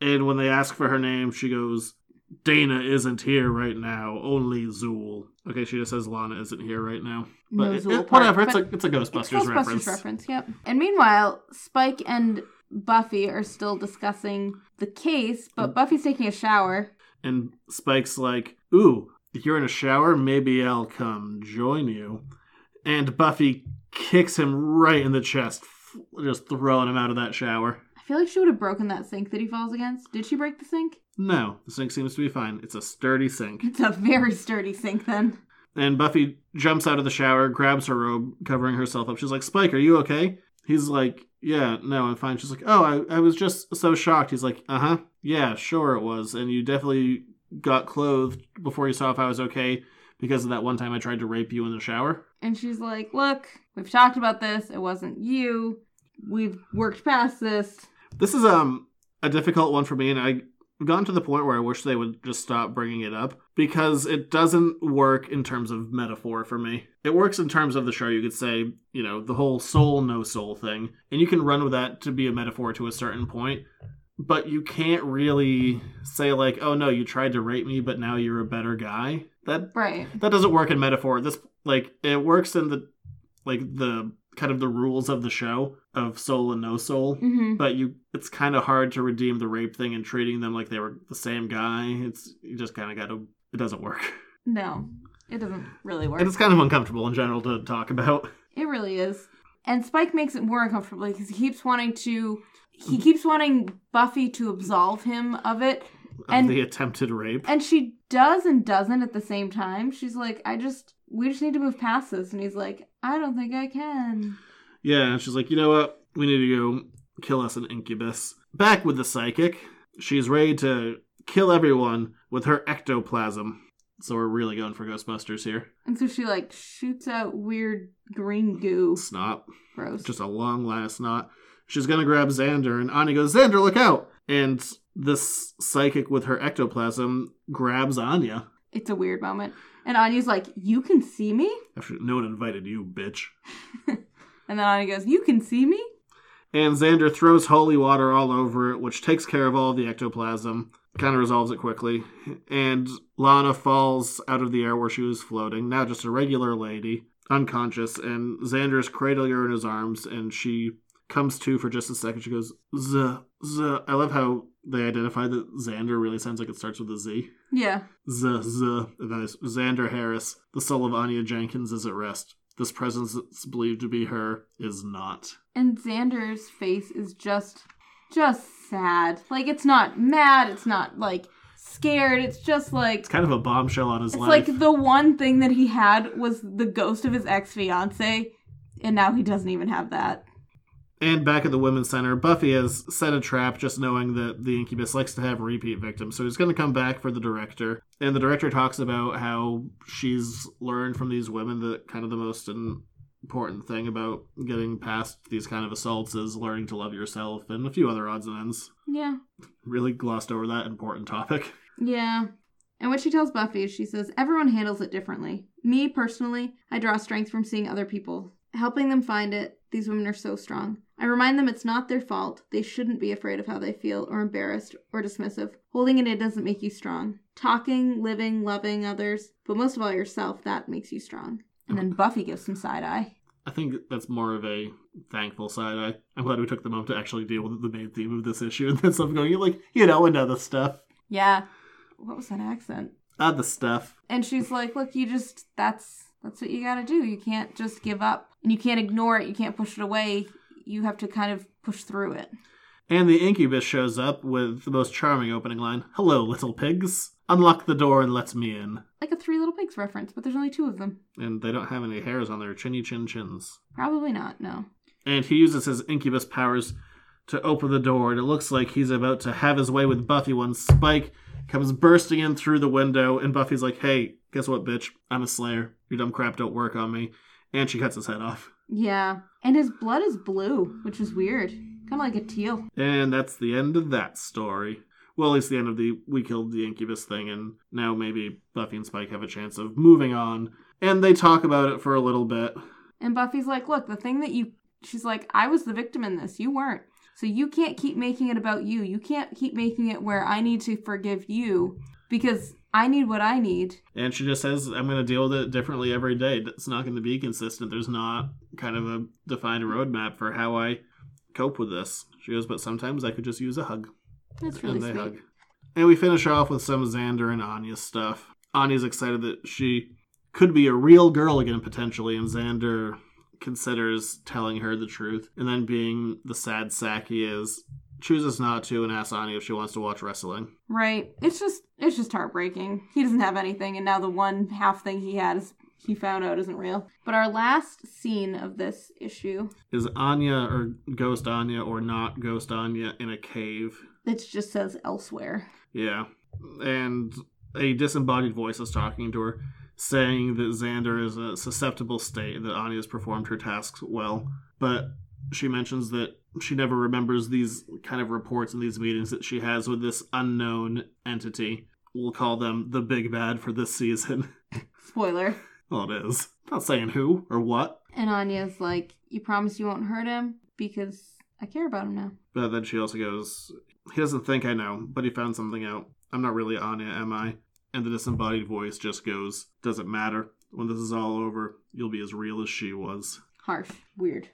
[SPEAKER 3] And when they ask for her name, she goes, Dana isn't here right now, only Zool. Okay, she just says Lana isn't here right now. But
[SPEAKER 4] No
[SPEAKER 3] it-
[SPEAKER 4] Zool
[SPEAKER 3] it-
[SPEAKER 4] part,
[SPEAKER 3] whatever, it's
[SPEAKER 4] but
[SPEAKER 3] a, it's a Ghostbusters,
[SPEAKER 4] It's Ghostbusters
[SPEAKER 3] reference.
[SPEAKER 4] reference, yep. And meanwhile, Spike and Buffy are still discussing the case,
[SPEAKER 3] Mm.
[SPEAKER 4] but Buffy's taking a shower.
[SPEAKER 3] And Spike's like, Ooh, if you're in a shower, maybe I'll come join you. And Buffy kicks him right in the chest, f- just throwing him out of that shower.
[SPEAKER 4] I feel like she would have broken that sink that he falls against. Did she break the sink?
[SPEAKER 3] No, the sink seems to be fine. It's a sturdy sink.
[SPEAKER 4] It's a very sturdy sink then.
[SPEAKER 3] And Buffy jumps out of the shower, grabs her robe, covering herself up. She's like, Spike, are you okay? He's like, Yeah, no, I'm fine. She's like, Oh, I, I was just so shocked. He's like, Uh huh. Yeah, sure it was. And you definitely got clothed before you saw if I was okay because of that one time I tried to rape you in the shower.
[SPEAKER 4] And she's like, Look, we've talked about this. It wasn't you. We've worked past this.
[SPEAKER 3] This is um a difficult one for me, and I've gotten to the point where I wish they would just stop bringing it up because it doesn't work in terms of metaphor for me. It works in terms of the show. You could say, you know, the whole soul no soul thing, and you can run with that to be a metaphor to a certain point. But you can't really say like, oh no, you tried to rape me, but now you're a better guy. That
[SPEAKER 4] Right.
[SPEAKER 3] that doesn't work in metaphor this like it works in the like the kind of the rules of the show of soul and no soul
[SPEAKER 4] Mm-hmm.
[SPEAKER 3] but you it's kind of hard to redeem the rape thing and treating them like they were the same guy it's you just kind of gotta it doesn't work
[SPEAKER 4] No, it doesn't really work.
[SPEAKER 3] and it's kind of uncomfortable in general to talk about
[SPEAKER 4] It really is. And Spike makes it more uncomfortable because he keeps wanting to. He keeps wanting Buffy to absolve him of it.
[SPEAKER 3] and
[SPEAKER 4] And-
[SPEAKER 3] the attempted rape
[SPEAKER 4] And she does and doesn't at the same time. She's like, I just. We just need to move past this. And he's like, I don't think I can.
[SPEAKER 3] yeah and she's like you know what we need to go kill us an incubus back with the psychic she's ready to kill everyone with her ectoplasm so we're really going for ghostbusters here
[SPEAKER 4] And so she, like, shoots out weird green goo.
[SPEAKER 3] snot
[SPEAKER 4] Gross.
[SPEAKER 3] just a long last knot. She's gonna grab Xander, and Ani goes, Xander, look out! And this psychic with her ectoplasm grabs Anya.
[SPEAKER 4] It's a weird moment. And Anya's like, You can see me?
[SPEAKER 3] After no one invited you, bitch.
[SPEAKER 4] And then Anya goes, You can see me?
[SPEAKER 3] And Xander throws holy water all over it, which takes care of all the ectoplasm. Kind of resolves it quickly. And Lana falls out of the air where she was floating, now just a regular lady, unconscious. And Xander's cradling her in his arms, and she comes to for just a second. She goes, Z, Z. I love how they identify that Xander really sounds like it starts with a Z.
[SPEAKER 4] Yeah.
[SPEAKER 3] Z, Z. And then it's Xander Harris, the soul of Anya Jenkins, is at rest. This presence that's believed to be her is not.
[SPEAKER 4] And Xander's face is just, just sad. Like, it's not mad. It's not, like, scared. It's just like.
[SPEAKER 3] It's kind of a bombshell on his
[SPEAKER 4] It's
[SPEAKER 3] life.
[SPEAKER 4] like the one thing that he had was the ghost of his ex fiance, and now he doesn't even have that.
[SPEAKER 3] And back at the women's center, Buffy has set a trap just knowing that the incubus likes to have repeat victims. So he's going to come back for the director. And the director talks about how she's learned from these women that kind of the most important thing about getting past these kind of assaults is learning to love yourself and a few other odds and ends.
[SPEAKER 4] Yeah.
[SPEAKER 3] Really glossed over that important topic.
[SPEAKER 4] Yeah. And what she tells Buffy is she says, Everyone handles it differently. Me, personally, I draw strength from seeing other people. Helping them find it, these women are so strong. I remind them it's not their fault. They shouldn't be afraid of how they feel, or embarrassed, or dismissive. Holding it in doesn't make you strong. Talking, living, loving others, but most of all yourself, that makes you strong. And then Buffy gives some side eye.
[SPEAKER 3] I think that's more of a thankful side. I, I'm glad we took the moment to actually deal with the main theme of this issue and then stuff going, like, you know, another stuff.
[SPEAKER 4] Yeah. What was that accent?
[SPEAKER 3] Other stuff.
[SPEAKER 4] And she's like, "Look, you just that's that's what you got to do. You can't just give up. And you can't ignore it. You can't push it away. You have to kind of push through it."
[SPEAKER 3] And the incubus shows up with the most charming opening line Hello, little pigs. Unlock the door and let me in.
[SPEAKER 4] Like a Three Little Pigs reference, but there's only two of them.
[SPEAKER 3] And they don't have any hairs on their chinny chin chins.
[SPEAKER 4] Probably not. No.
[SPEAKER 3] And he uses his incubus powers to open the door, and it looks like he's about to have his way with Buffy when Spike comes bursting in through the window, and Buffy's like, Hey, guess what, bitch? I'm a slayer. Your dumb crap don't work on me. And she cuts his head off.
[SPEAKER 4] Yeah. And his blood is blue, which is weird. Kind of like a teal.
[SPEAKER 3] And that's the end of that story. Well, at least the end of the we killed the incubus thing, and now maybe Buffy and Spike have a chance of moving on. And they talk about it for a little bit.
[SPEAKER 4] And Buffy's like, "Look, the thing that you she's like, I was the victim in this. You weren't. So you can't keep making it about you. You can't keep making it where I need to forgive you because I need what I need.
[SPEAKER 3] And she just says, I'm going to deal with it differently every day. It's not going to be consistent. There's not kind of a defined roadmap for how I cope with this. She goes, But sometimes I could just use a hug.
[SPEAKER 4] That's really
[SPEAKER 3] and they
[SPEAKER 4] sweet.
[SPEAKER 3] hug. And we finish off with some Xander and Anya stuff. Anya's excited that she could be a real girl again, potentially, and Xander considers telling her the truth. And then, being the sad sack he is, chooses not to and asks Anya if she wants to watch wrestling.
[SPEAKER 4] Right. It's just it's just heartbreaking. He doesn't have anything and now the one half thing he had is he found out isn't real. But our last scene of this issue,
[SPEAKER 3] Is Anya or Ghost Anya or not Ghost Anya in a cave?
[SPEAKER 4] it just says elsewhere.
[SPEAKER 3] Yeah. And a disembodied voice is talking to her, saying that Xander is a susceptible state and that Anya's performed her tasks well. But she mentions that she never remembers these kind of reports and these meetings that she has with this unknown entity. We'll call them the big bad for this season.
[SPEAKER 4] Spoiler.
[SPEAKER 3] well, it is. Not saying who or what,
[SPEAKER 4] And Anya's like, "You promise you won't hurt him because I care about him now."
[SPEAKER 3] But then she also goes, He doesn't think I know, but he found something out. I'm not really Anya, am I? And the disembodied voice just goes, Doesn't matter. When this is all over, you'll be as real as she was.
[SPEAKER 4] Harsh. Weird.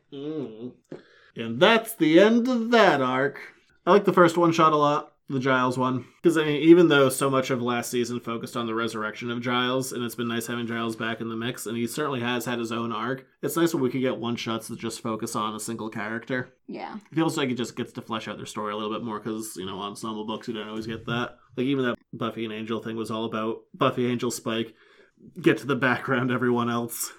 [SPEAKER 3] And that's the end of that arc. I like the first one shot a lot, the Giles one. Because, I mean, even though so much of last season focused on the resurrection of Giles, and it's been nice having Giles back in the mix, and he certainly has had his own arc, it's nice when we can get one shots that just focus on a single character.
[SPEAKER 4] Yeah.
[SPEAKER 3] It feels like it just gets to flesh out their story a little bit more because, you know, ensemble books, you don't always get that. Like, even that Buffy and Angel thing was all about Buffy, Angel, Spike, get to the background, everyone else.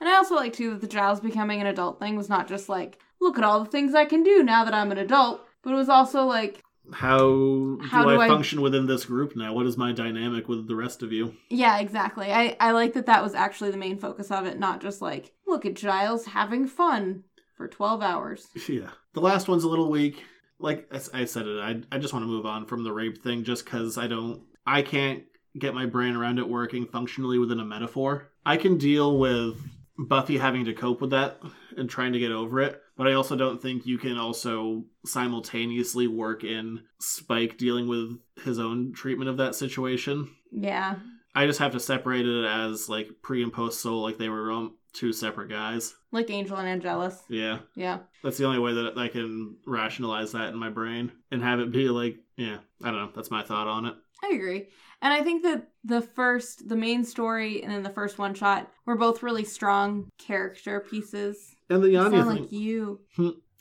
[SPEAKER 4] And I also like too that the Giles becoming an adult thing was not just like, look at all the things I can do now that I'm an adult, but it was also like,
[SPEAKER 3] How,
[SPEAKER 4] How
[SPEAKER 3] do,
[SPEAKER 4] do
[SPEAKER 3] I,
[SPEAKER 4] I-
[SPEAKER 3] function within this group now? What is my dynamic with the rest of you?
[SPEAKER 4] yeah, exactly. I I like that that was actually the main focus of it, not just like, look at Giles having fun for 12 hours.
[SPEAKER 3] Yeah. The last one's a little weak. Like I s- I said it, I, I just want to move on from the rape thing just because I don't, I can't get my brain around it working functionally within a metaphor. I can deal with Buffy having to cope with that and trying to get over it, but I also don't think you can also simultaneously work in Spike dealing with his own treatment of that situation.
[SPEAKER 4] Yeah.
[SPEAKER 3] I just have to separate it as like pre and post soul, like they were um, two separate guys.
[SPEAKER 4] Like Angel and Angelus.
[SPEAKER 3] Yeah.
[SPEAKER 4] Yeah.
[SPEAKER 3] That's the only way that I can rationalize that in my brain and have it be like, yeah, I don't know. That's my thought on it.
[SPEAKER 4] I agree. And I think that the first, the main story and then the first one shot were both really strong character pieces.
[SPEAKER 3] And the
[SPEAKER 4] You
[SPEAKER 3] Anya
[SPEAKER 4] sound
[SPEAKER 3] thing,
[SPEAKER 4] like you.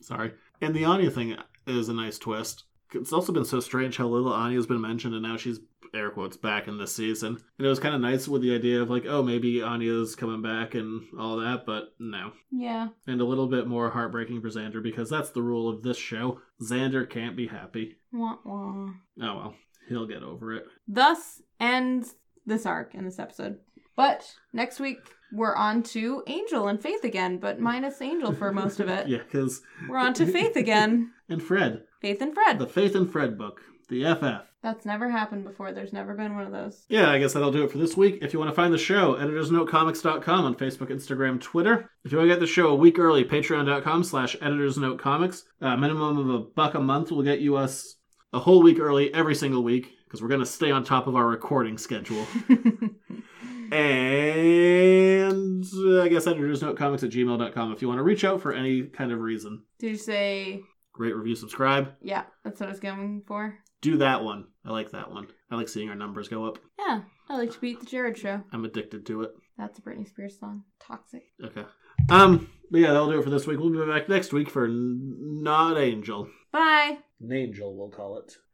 [SPEAKER 3] sorry. And the Anya thing is a nice twist. It's also been so strange how little Anya's been mentioned, and now she's air quotes back in this season. And it was kind of nice with the idea of like, oh, maybe Anya's coming back and all that, but no.
[SPEAKER 4] Yeah.
[SPEAKER 3] And a little bit more heartbreaking for Xander because that's the rule of this show. Xander can't be happy.
[SPEAKER 4] Wah, wah.
[SPEAKER 3] Oh well, he'll get over it.
[SPEAKER 4] Thus ends this arc in this episode. But next week we're on to Angel and Faith again, but minus Angel for most of it.
[SPEAKER 3] Yeah, because
[SPEAKER 4] We're on to Faith again.
[SPEAKER 3] and Fred,
[SPEAKER 4] Faith and Fred.
[SPEAKER 3] the Faith and Fred book, the FF.
[SPEAKER 4] That's never happened before. There's never been one of those.
[SPEAKER 3] Yeah, I guess that'll do it for this week. If you want to find the show, editorsnotecomics.com on Facebook, Instagram, Twitter. If you want to get the show a week early, patreon.com slash editorsnotecomics. A minimum of a buck a month will get you us a whole week early every single week because we're going to stay on top of our recording schedule. and uh, I guess guess at comics at gmail.com if you want to reach out for any kind of reason.
[SPEAKER 4] Did you say?
[SPEAKER 3] Rate, review, subscribe.
[SPEAKER 4] Yeah, that's what I was going for.
[SPEAKER 3] Do that one. I like that one. I like seeing our numbers go up.
[SPEAKER 4] Yeah, I like to beat the Jared show.
[SPEAKER 3] I'm addicted to it.
[SPEAKER 4] That's a Britney Spears song. Toxic.
[SPEAKER 3] Okay. Um, but yeah, that'll do it for this week. We'll be back next week for N- Not Angel.
[SPEAKER 4] Bye.
[SPEAKER 3] Angel, we'll call it.